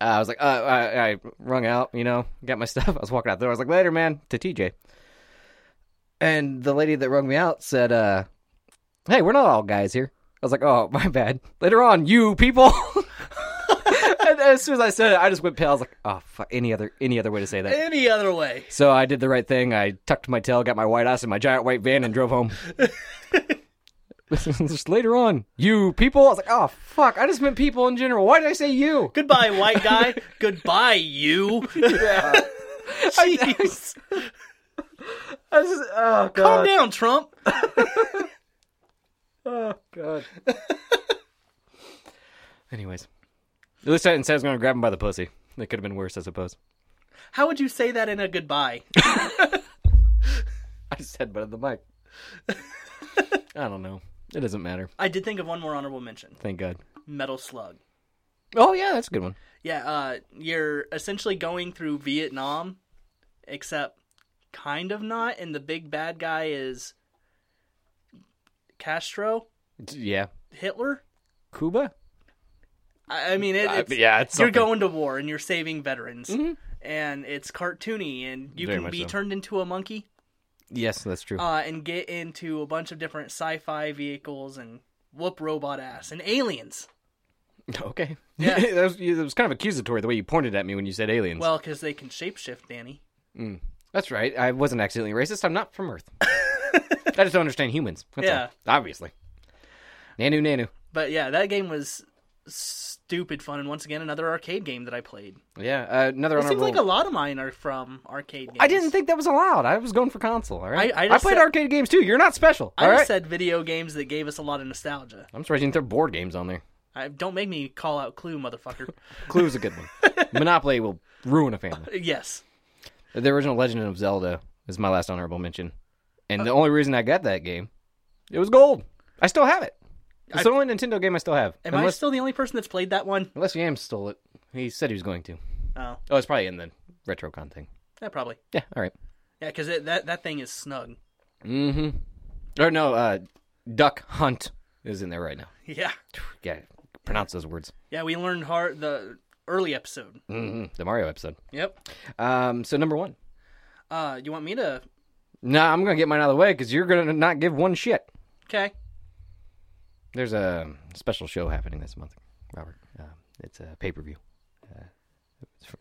[SPEAKER 2] Uh, I was like, uh, I, I rung out, you know, got my stuff. I was walking out the door. I was like, later, man, to TJ. And the lady that rung me out said, uh, hey, we're not all guys here. I was like, oh, my bad. Later on, you people. and as soon as I said it, I just went pale. I was like, oh, fuck, any other, any other way to say that.
[SPEAKER 1] Any other way.
[SPEAKER 2] So I did the right thing. I tucked my tail, got my white ass in my giant white van, and drove home. just later on, you people. I was like, oh fuck, I just meant people in general. Why did I say you?
[SPEAKER 1] Goodbye, white guy. Goodbye, you. Jeez.
[SPEAKER 2] I was just, oh
[SPEAKER 1] Calm down, Trump.
[SPEAKER 2] Oh god. Anyways, at least I didn't say I was going to grab him by the pussy. That could have been worse, I suppose.
[SPEAKER 1] How would you say that in a goodbye?
[SPEAKER 2] I just headbutted the mic. I don't know. It doesn't matter.
[SPEAKER 1] I did think of one more honorable mention.
[SPEAKER 2] Thank God.
[SPEAKER 1] Metal Slug.
[SPEAKER 2] Oh yeah, that's a good one.
[SPEAKER 1] Yeah, uh, you're essentially going through Vietnam, except kind of not, and the big bad guy is Castro,
[SPEAKER 2] Yeah,
[SPEAKER 1] Hitler.
[SPEAKER 2] Cuba.
[SPEAKER 1] I, I mean, it,
[SPEAKER 2] I-
[SPEAKER 1] it's,
[SPEAKER 2] yeah, it's
[SPEAKER 1] you're
[SPEAKER 2] something. Mm-hmm.
[SPEAKER 1] going to war and you're saving veterans, and it's cartoony, and you
[SPEAKER 2] Very
[SPEAKER 1] can
[SPEAKER 2] much
[SPEAKER 1] be
[SPEAKER 2] so.
[SPEAKER 1] turned into a monkey
[SPEAKER 2] Yes, that's true.
[SPEAKER 1] uh, and get into a bunch of different sci-fi vehicles and whoop robot ass and aliens.
[SPEAKER 2] Okay.
[SPEAKER 1] Yeah.
[SPEAKER 2] that, was, that was kind of accusatory the way you pointed at me when you said aliens.
[SPEAKER 1] Well, because they can shapeshift, Danny.
[SPEAKER 2] that's right. I wasn't accidentally racist. I'm not from Earth. I just don't understand humans. That's
[SPEAKER 1] Yeah.
[SPEAKER 2] all. Obviously. Nanu, nanu.
[SPEAKER 1] But yeah, that game was stupid fun, and once again, another arcade game that I played.
[SPEAKER 2] Yeah. Uh, another
[SPEAKER 1] It seems
[SPEAKER 2] honorable.
[SPEAKER 1] like a lot of mine are from arcade games.
[SPEAKER 2] I didn't think that was allowed. I was going for console. All right.
[SPEAKER 1] I- I just
[SPEAKER 2] played
[SPEAKER 1] said-
[SPEAKER 2] arcade games too. You're not special.
[SPEAKER 1] I
[SPEAKER 2] all
[SPEAKER 1] just
[SPEAKER 2] right.
[SPEAKER 1] said video games that gave us a lot of nostalgia.
[SPEAKER 2] I'm surprised you didn't throw board games on there.
[SPEAKER 1] I, don't make me call out Clue, motherfucker.
[SPEAKER 2] Clue's a good one. Monopoly will ruin a family.
[SPEAKER 1] yes.
[SPEAKER 2] The original Legend of Zelda is my last honorable mention, and the only reason I got that game, it was gold. I still have it. It's the only Nintendo game I still have.
[SPEAKER 1] Am I
[SPEAKER 2] unless,
[SPEAKER 1] still the only person that's played that one?
[SPEAKER 2] unless Yams stole it. He said he was going to.
[SPEAKER 1] Oh,
[SPEAKER 2] Oh, it's probably in the RetroCon thing.
[SPEAKER 1] yeah, probably.
[SPEAKER 2] Yeah. All right.
[SPEAKER 1] Yeah, because that that thing is snug.
[SPEAKER 2] Mm-hmm. Or no, uh, Duck Hunt is in there right now.
[SPEAKER 1] Yeah.
[SPEAKER 2] Yeah. Pronounce those words.
[SPEAKER 1] Yeah, we learned hard the early episode.
[SPEAKER 2] hmm The Mario episode.
[SPEAKER 1] Yep.
[SPEAKER 2] Um. So number one.
[SPEAKER 1] Uh, you want me to?
[SPEAKER 2] No, I'm gonna get mine out of the way because you're gonna not give one shit.
[SPEAKER 1] Okay.
[SPEAKER 2] There's a special show happening this month, Robert. Um, it's a pay per view.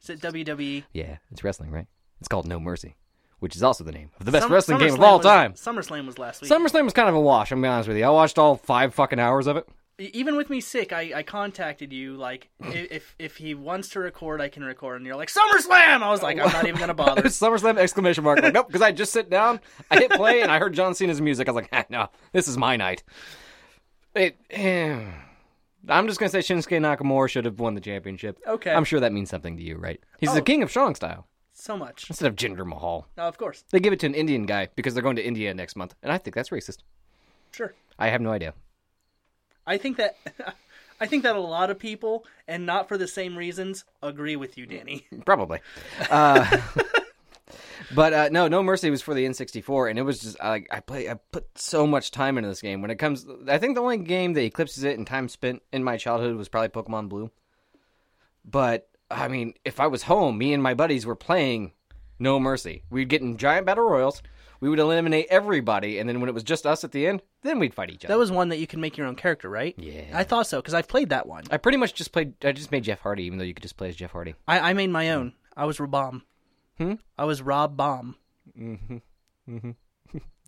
[SPEAKER 1] Is it E? WWE?
[SPEAKER 2] Yeah, it's wrestling, right? It's called No Mercy, which is also the name of the best
[SPEAKER 1] Sum-
[SPEAKER 2] wrestling game of
[SPEAKER 1] SummerSlam
[SPEAKER 2] all
[SPEAKER 1] was-
[SPEAKER 2] time.
[SPEAKER 1] SummerSlam was last week.
[SPEAKER 2] SummerSlam was kind of a wash, I'm gonna be honest with you. I watched all five fucking hours of it.
[SPEAKER 1] E- Even with me sick, I, I contacted you like i- if if he wants to record, I can record, and you're like SummerSlam. I was like, I'm not even gonna bother.
[SPEAKER 2] SummerSlam exclamation mark. Like, nope, because I just sit down, I hit play, and I heard John Cena's music. I was like, ah, no, this is my night. It, eh. I'm just gonna say Shinsuke Nakamura should have won the championship.
[SPEAKER 1] Okay.
[SPEAKER 2] I'm sure that means something to you, right? He's
[SPEAKER 1] Oh.
[SPEAKER 2] the king of strong style
[SPEAKER 1] So much.
[SPEAKER 2] instead of Jinder Mahal.
[SPEAKER 1] No, of course,
[SPEAKER 2] They give it to an Indian guy because they're going to India next month, and I think that's racist.
[SPEAKER 1] sure.
[SPEAKER 2] I have no idea.
[SPEAKER 1] I think that I think that a lot of people, and not for the same reasons, agree with you, Danny.
[SPEAKER 2] probably. Uh, but uh, no, No Mercy was for the N64, and it was just I, I play I put so much time into this game. When it comes, I think the only game that eclipses it in time spent in my childhood was probably Pokemon Blue. But I mean, if I was home, me and my buddies were playing No Mercy. We'd get in giant battle royals. We would eliminate everybody, and then when it was just us at the end, then we'd fight each other.
[SPEAKER 1] That was one that you can make your own character, right?
[SPEAKER 2] Yeah.
[SPEAKER 1] I thought so because I've played that one.
[SPEAKER 2] I pretty much just played. I just made Jeff Hardy, even though you could just play as Jeff Hardy.
[SPEAKER 1] I, I made my own. I was Rob Bomb.
[SPEAKER 2] Hmm?
[SPEAKER 1] I was Rob Bomb.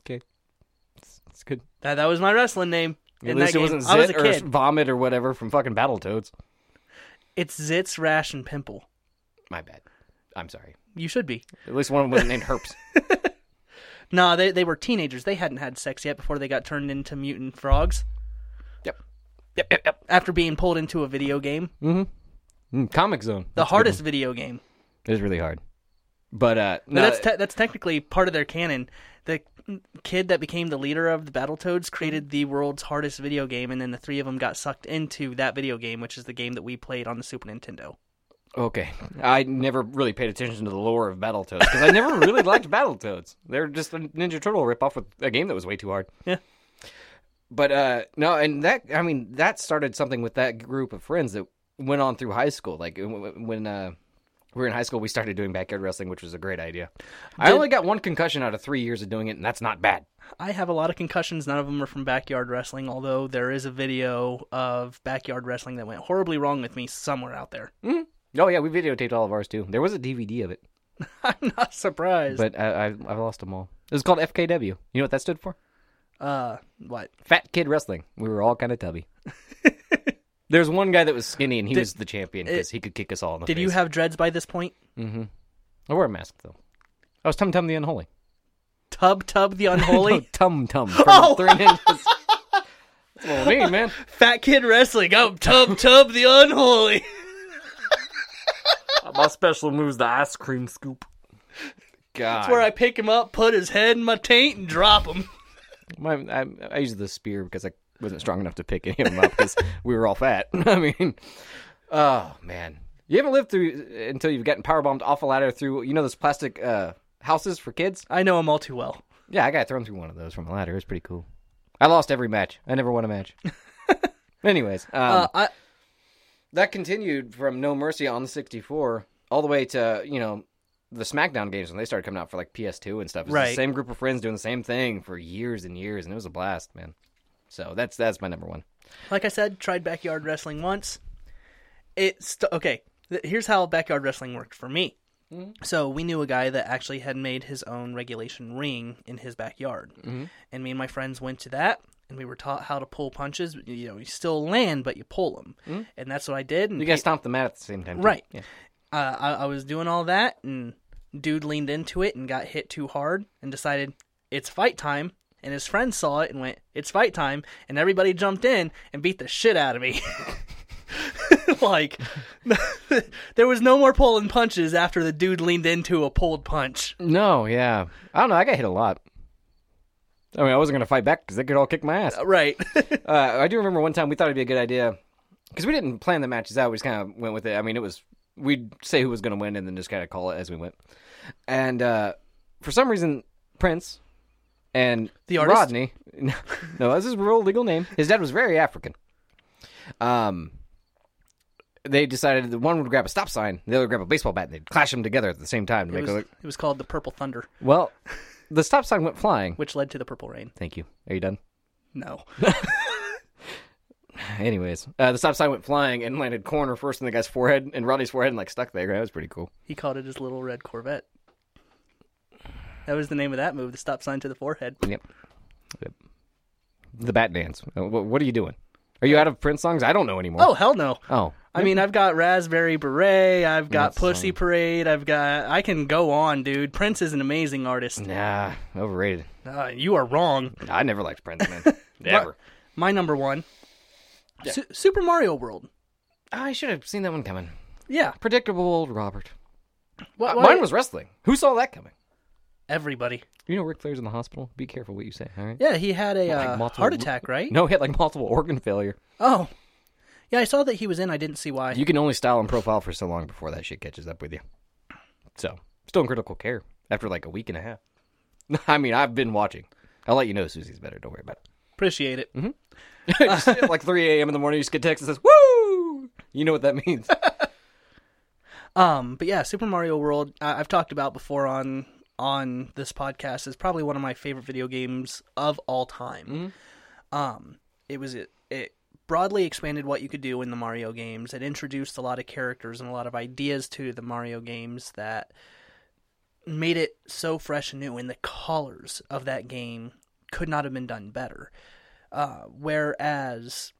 [SPEAKER 2] Okay, it's, it's good.
[SPEAKER 1] That that was my wrestling name.
[SPEAKER 2] At
[SPEAKER 1] in
[SPEAKER 2] least
[SPEAKER 1] that
[SPEAKER 2] it
[SPEAKER 1] game.
[SPEAKER 2] wasn't
[SPEAKER 1] I was a
[SPEAKER 2] zit or
[SPEAKER 1] kid.
[SPEAKER 2] vomit or whatever from fucking Battletoads.
[SPEAKER 1] It's zits, rash, and pimple.
[SPEAKER 2] My bad. I'm sorry.
[SPEAKER 1] You should be.
[SPEAKER 2] At least one of them wasn't named Herps.
[SPEAKER 1] No, they they were teenagers. They hadn't had sex yet before they got turned into mutant frogs
[SPEAKER 2] Yep. Yep, yep, yep.
[SPEAKER 1] after being pulled into a video game, the
[SPEAKER 2] Mm, Comic Zone.
[SPEAKER 1] hardest video game.
[SPEAKER 2] It was really hard. But, uh,
[SPEAKER 1] But
[SPEAKER 2] no,
[SPEAKER 1] that's te- that's technically part of their canon. The kid that became the leader of the Battletoads created the world's hardest video game, and then the three of them got sucked into that video game, which is the game that we played on the Super Nintendo.
[SPEAKER 2] Okay, I never really paid attention to the lore of Battletoads because I never really liked Battletoads. They're just a Ninja Turtle ripoff with a game that was way too hard.
[SPEAKER 1] Yeah.
[SPEAKER 2] But uh no, and that I mean that started something with that group of friends that went on through high school. Like w- w- when uh we were in high school, we started doing backyard wrestling, which was a great idea. I
[SPEAKER 1] Did-
[SPEAKER 2] only got one concussion out of three years of doing it, and that's not bad.
[SPEAKER 1] I have a lot of concussions. None of them are from backyard wrestling, although there is a video of backyard wrestling that went horribly wrong with me somewhere out there.
[SPEAKER 2] Oh yeah, we videotaped all of ours too. There was a DVD of it,
[SPEAKER 1] I'm not surprised.
[SPEAKER 2] but I I, I lost them all. It was called FKW. You know what that stood for?
[SPEAKER 1] uh, what?
[SPEAKER 2] Fat Kid Wrestling. We were all kind of tubby. There's one guy that was skinny, and he was the champion because he could kick us all in the
[SPEAKER 1] Did you have dreads by this point?
[SPEAKER 2] mm-hmm. I wore a mask though. I was Tum Tum the Unholy.
[SPEAKER 1] Tub Tub the
[SPEAKER 2] No,
[SPEAKER 1] Unholy?
[SPEAKER 2] Tum Tum from
[SPEAKER 1] Oh!
[SPEAKER 2] Three Ninjas. That's what I mean, man.
[SPEAKER 1] Fat Kid Wrestling. Oh, Tub Tub the Unholy.
[SPEAKER 2] My special move's the ice cream scoop. God,
[SPEAKER 1] Where I pick him up, put his head in my taint, and drop him.
[SPEAKER 2] My, I, I used the spear because I wasn't strong enough to pick any of them up because we were all fat. I mean, oh man, you haven't lived through until you've gotten power bombed off a ladder through you know those plastic uh, houses for kids.
[SPEAKER 1] I know him all too well.
[SPEAKER 2] Yeah, I got thrown through one of those from a ladder. It was pretty cool. I lost every match. I never won a match. Anyways, um,
[SPEAKER 1] Uh, I,
[SPEAKER 2] that continued from No Mercy on the 64 all the way to, you know, the SmackDown games when they started coming out for like PS2 and stuff. It was the
[SPEAKER 1] Right.
[SPEAKER 2] same group of friends doing the same thing for years and years, and it was a blast, man. So that's that's my number one.
[SPEAKER 1] like I said, tried backyard wrestling once. It's st- okay. th- Here's how backyard wrestling worked for me. So we knew a guy that actually had made his own regulation ring in his backyard, and me and my friends went to that, and we were taught how to pull punches. You know, you still land, but you pull them, and that's what I did. And
[SPEAKER 2] You guys stomped the mat at the same time, too.
[SPEAKER 1] Right.
[SPEAKER 2] Yeah.
[SPEAKER 1] uh, I, I was doing all that, and dude leaned into it and got hit too hard, and decided it's fight time. And his friend saw it and went, "It's fight time!" And everybody jumped in and beat the shit out of me. like there was no more pulling punches after the dude leaned into a pulled punch.
[SPEAKER 2] No, yeah. I don't know. I got hit a lot. I mean, I wasn't gonna fight back because they could all kick my ass.
[SPEAKER 1] Right.
[SPEAKER 2] Uh, I do remember one time we thought it'd be a good idea because we didn't plan the matches out. We just kind of went with it. I mean, it was we'd say who was going to win and then just kind of call it as we went. And uh, for some reason, Prince and
[SPEAKER 1] The artist?
[SPEAKER 2] Rodney, no, that's his real legal name. His dad was very African. Um, they decided that one would grab a stop sign, the other would grab a baseball bat, and they'd clash them together at the same time to
[SPEAKER 1] it,
[SPEAKER 2] make
[SPEAKER 1] was,
[SPEAKER 2] it look.
[SPEAKER 1] it was called the Purple Thunder,
[SPEAKER 2] Well, the stop sign went flying.
[SPEAKER 1] which led to the Purple Rain.
[SPEAKER 2] Thank you. Are you done?
[SPEAKER 1] No.
[SPEAKER 2] Anyways, uh, the stop sign went flying and landed corner first in the guy's forehead and Rodney's forehead and like stuck there. That was pretty cool.
[SPEAKER 1] He called it his little red Corvette. That was the name of that move, the stop sign to the forehead.
[SPEAKER 2] Yep. yep. The bat dance. Uh, wh- what are you doing? Are you out of Prince songs? I don't know anymore.
[SPEAKER 1] Oh, hell no.
[SPEAKER 2] Oh.
[SPEAKER 1] I mean, I've got Raspberry Beret, I've got Pussy Parade, I've got. I can go on, dude. Prince is an amazing artist.
[SPEAKER 2] Nah, overrated.
[SPEAKER 1] Uh, you are wrong.
[SPEAKER 2] I never liked Prince, man. Never.
[SPEAKER 1] My number one Su- Super Mario World.
[SPEAKER 2] I should have seen that one coming.
[SPEAKER 1] Yeah.
[SPEAKER 2] Predictable old Robert.
[SPEAKER 1] Why-
[SPEAKER 2] Uh,
[SPEAKER 1] why-
[SPEAKER 2] mine was wrestling. Who saw that coming?
[SPEAKER 1] Everybody.
[SPEAKER 2] You know Ric Flair's in the hospital? Be careful what you say, all right?
[SPEAKER 1] Yeah, he had a
[SPEAKER 2] Like
[SPEAKER 1] uh,
[SPEAKER 2] multiple-
[SPEAKER 1] heart attack, right?
[SPEAKER 2] No, he had like multiple organ failure.
[SPEAKER 1] Oh. Yeah, I saw that he was in. I didn't see why.
[SPEAKER 2] You can only style and profile for so long before that shit catches up with you. So, still in critical care after like a week and a half. I mean, I've been watching. I'll let you know Susie's better. Don't worry about
[SPEAKER 1] Appreciate it.
[SPEAKER 2] it. Just at, like 3 a.m. in the morning, you just get text that says, Woo! You know what that means.
[SPEAKER 1] Um, but yeah, Super Mario World, I- I've talked about before on on this podcast is probably one of my favorite video games of all time. Um, it was it, it broadly expanded what you could do in the Mario games. It introduced a lot of characters and a lot of ideas to the Mario games that made it so fresh and new. And the colors of that game could not have been done better. Uh, whereas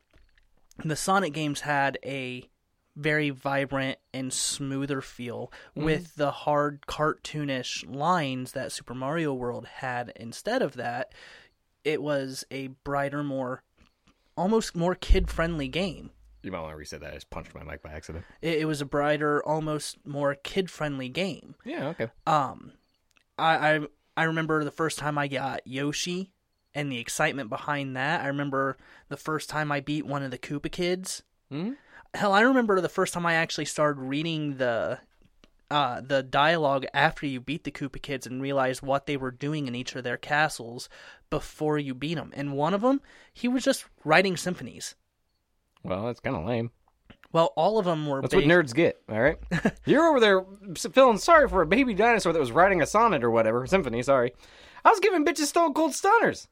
[SPEAKER 1] the Sonic games had a very vibrant and smoother feel with the hard cartoonish lines that Super Mario World had instead of that it was a brighter more almost more kid friendly game
[SPEAKER 2] you might want to reset that. I just punched my mic by accident.
[SPEAKER 1] it, it was a brighter almost more kid friendly game
[SPEAKER 2] Yeah, okay.
[SPEAKER 1] um I, I I remember the first time I got Yoshi and the excitement behind that. I remember the first time I beat one of the Koopa kids
[SPEAKER 2] Mhm.
[SPEAKER 1] Hell, I remember the first time I actually started reading the uh, the dialogue after you beat the Koopa Kids and realized what they were doing in each of their castles before you beat them. And one of them, he was just writing symphonies.
[SPEAKER 2] Well, that's kind of lame.
[SPEAKER 1] Well, all of them were.
[SPEAKER 2] That's
[SPEAKER 1] big-
[SPEAKER 2] what nerds get, all right? You're over there s- feeling sorry for a baby dinosaur that was writing a sonnet or whatever, symphony, sorry. I was giving bitches stone cold stunners.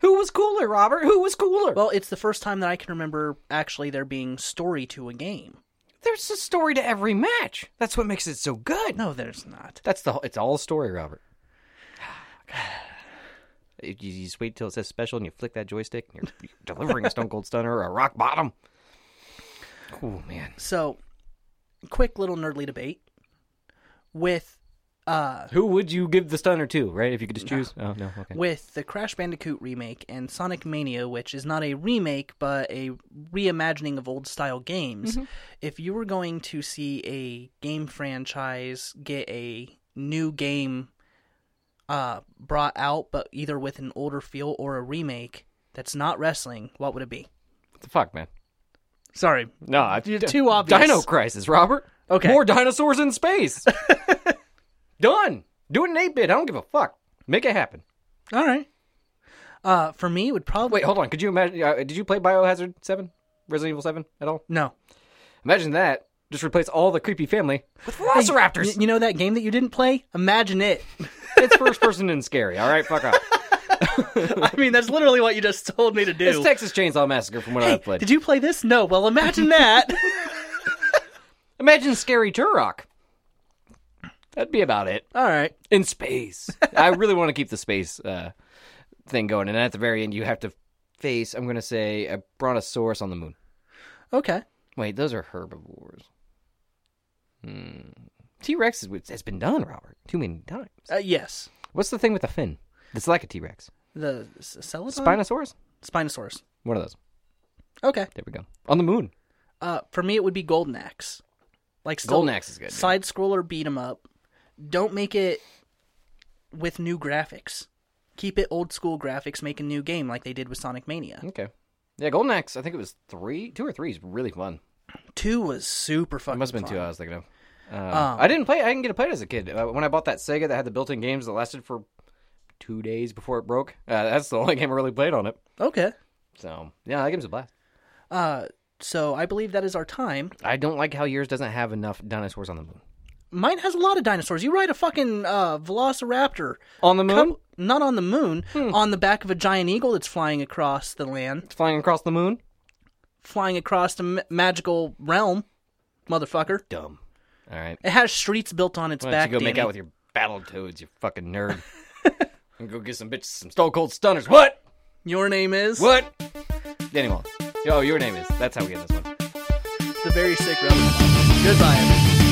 [SPEAKER 2] Who was cooler, Robert? Who was cooler?
[SPEAKER 1] Well, it's the first time that I can remember actually there being story to a game.
[SPEAKER 2] there's a story to every match. That's what makes it so good.
[SPEAKER 1] No, there's not.
[SPEAKER 2] That's the whole, it's all a story, Robert. You you just wait till it says special and you flick that joystick and you're, you're delivering a Stone Cold Stunner or a Rock Bottom. Oh, man.
[SPEAKER 1] So, quick little nerdly debate with uh
[SPEAKER 2] Who would you give the stunner to, right? If you could just choose? Oh, no. Okay.
[SPEAKER 1] with the Crash Bandicoot remake and Sonic Mania, which is not a remake but a reimagining of old style games,
[SPEAKER 2] Mm-hmm.
[SPEAKER 1] if you were going to see a game franchise get a new game uh, brought out, but either with an older feel or a remake that's not wrestling, what would it be?
[SPEAKER 2] What the fuck, man?
[SPEAKER 1] Sorry.
[SPEAKER 2] No, I-
[SPEAKER 1] You're too obvious.
[SPEAKER 2] Dino Crisis, Robert.
[SPEAKER 1] Okay.
[SPEAKER 2] More dinosaurs in space. Done. Do it in 8 bit. I don't give a fuck. Make it happen.
[SPEAKER 1] All right. Uh, for me, it would probably
[SPEAKER 2] Wait, hold on. Could you imagine? Uh, did you play Biohazard 7? Resident Evil 7 at all?
[SPEAKER 1] no.
[SPEAKER 2] Imagine that. Just replace all the creepy family with velociraptors.
[SPEAKER 1] Y- you know that game that you didn't play? Imagine it.
[SPEAKER 2] it's first person and scary. All right, fuck off.
[SPEAKER 1] I mean, that's literally what you just told me to do.
[SPEAKER 2] It's Texas Chainsaw Massacre from what I've played.
[SPEAKER 1] Did you play this? No. Well, imagine that.
[SPEAKER 2] Imagine Scary Turok. That'd be about it.
[SPEAKER 1] All right.
[SPEAKER 2] In space. I really want to keep the space uh, thing going. And at the very end, you have to face, I'm going to say, a brontosaurus on the moon.
[SPEAKER 1] Okay.
[SPEAKER 2] Wait, those are herbivores. Hmm. T Rex has been done, Robert, too many times.
[SPEAKER 1] Uh, yes.
[SPEAKER 2] What's the thing with the fin? It's like a T Rex.
[SPEAKER 1] The s-
[SPEAKER 2] Uh,
[SPEAKER 1] Celadon?
[SPEAKER 2] Spinosaurus?
[SPEAKER 1] Spinosaurus.
[SPEAKER 2] One of those.
[SPEAKER 1] Okay.
[SPEAKER 2] There we go. On the moon.
[SPEAKER 1] Uh, for me, it would be Golden Axe. Like still
[SPEAKER 2] Golden Axe is good.
[SPEAKER 1] side scroller beat 'em up. Don't make it with new graphics. Keep it old school graphics. Make a new game like they did with Sonic Mania.
[SPEAKER 2] Okay. Yeah, Golden Axe, I think it was three, two or three is really fun.
[SPEAKER 1] Two was super fucking.
[SPEAKER 2] It must have been
[SPEAKER 1] fun.
[SPEAKER 2] two I was thinking of. Um, I didn't play. I didn't get to play it as a kid. Uh, when I bought that Sega that had the built-in games that lasted for two days before it broke, uh, that's the only game I really played on it.
[SPEAKER 1] Okay.
[SPEAKER 2] So yeah, that game's a blast.
[SPEAKER 1] Uh, so I believe that is our time.
[SPEAKER 2] I don't like how yours doesn't have enough dinosaurs on the moon.
[SPEAKER 1] Mine has a lot of dinosaurs. You ride a fucking uh, Velociraptor.
[SPEAKER 2] On the moon,
[SPEAKER 1] Couple- Um, not on the moon,
[SPEAKER 2] Hmm.
[SPEAKER 1] on the back of a giant eagle that's flying across the land,
[SPEAKER 2] it's flying across the moon.
[SPEAKER 1] flying across the ma- magical realm, motherfucker.
[SPEAKER 2] Dumb. All right.
[SPEAKER 1] It has streets built on its
[SPEAKER 2] Why don't
[SPEAKER 1] back.
[SPEAKER 2] you go make
[SPEAKER 1] Danny.
[SPEAKER 2] out with your battle toads, you fucking nerd. and go get some bitches some stone cold stunners. What?
[SPEAKER 1] Your name is
[SPEAKER 2] What? Danny Wallace. Oh, your name is. That's how we get this one.
[SPEAKER 1] the very sick Robert. Goodbye. Everyone.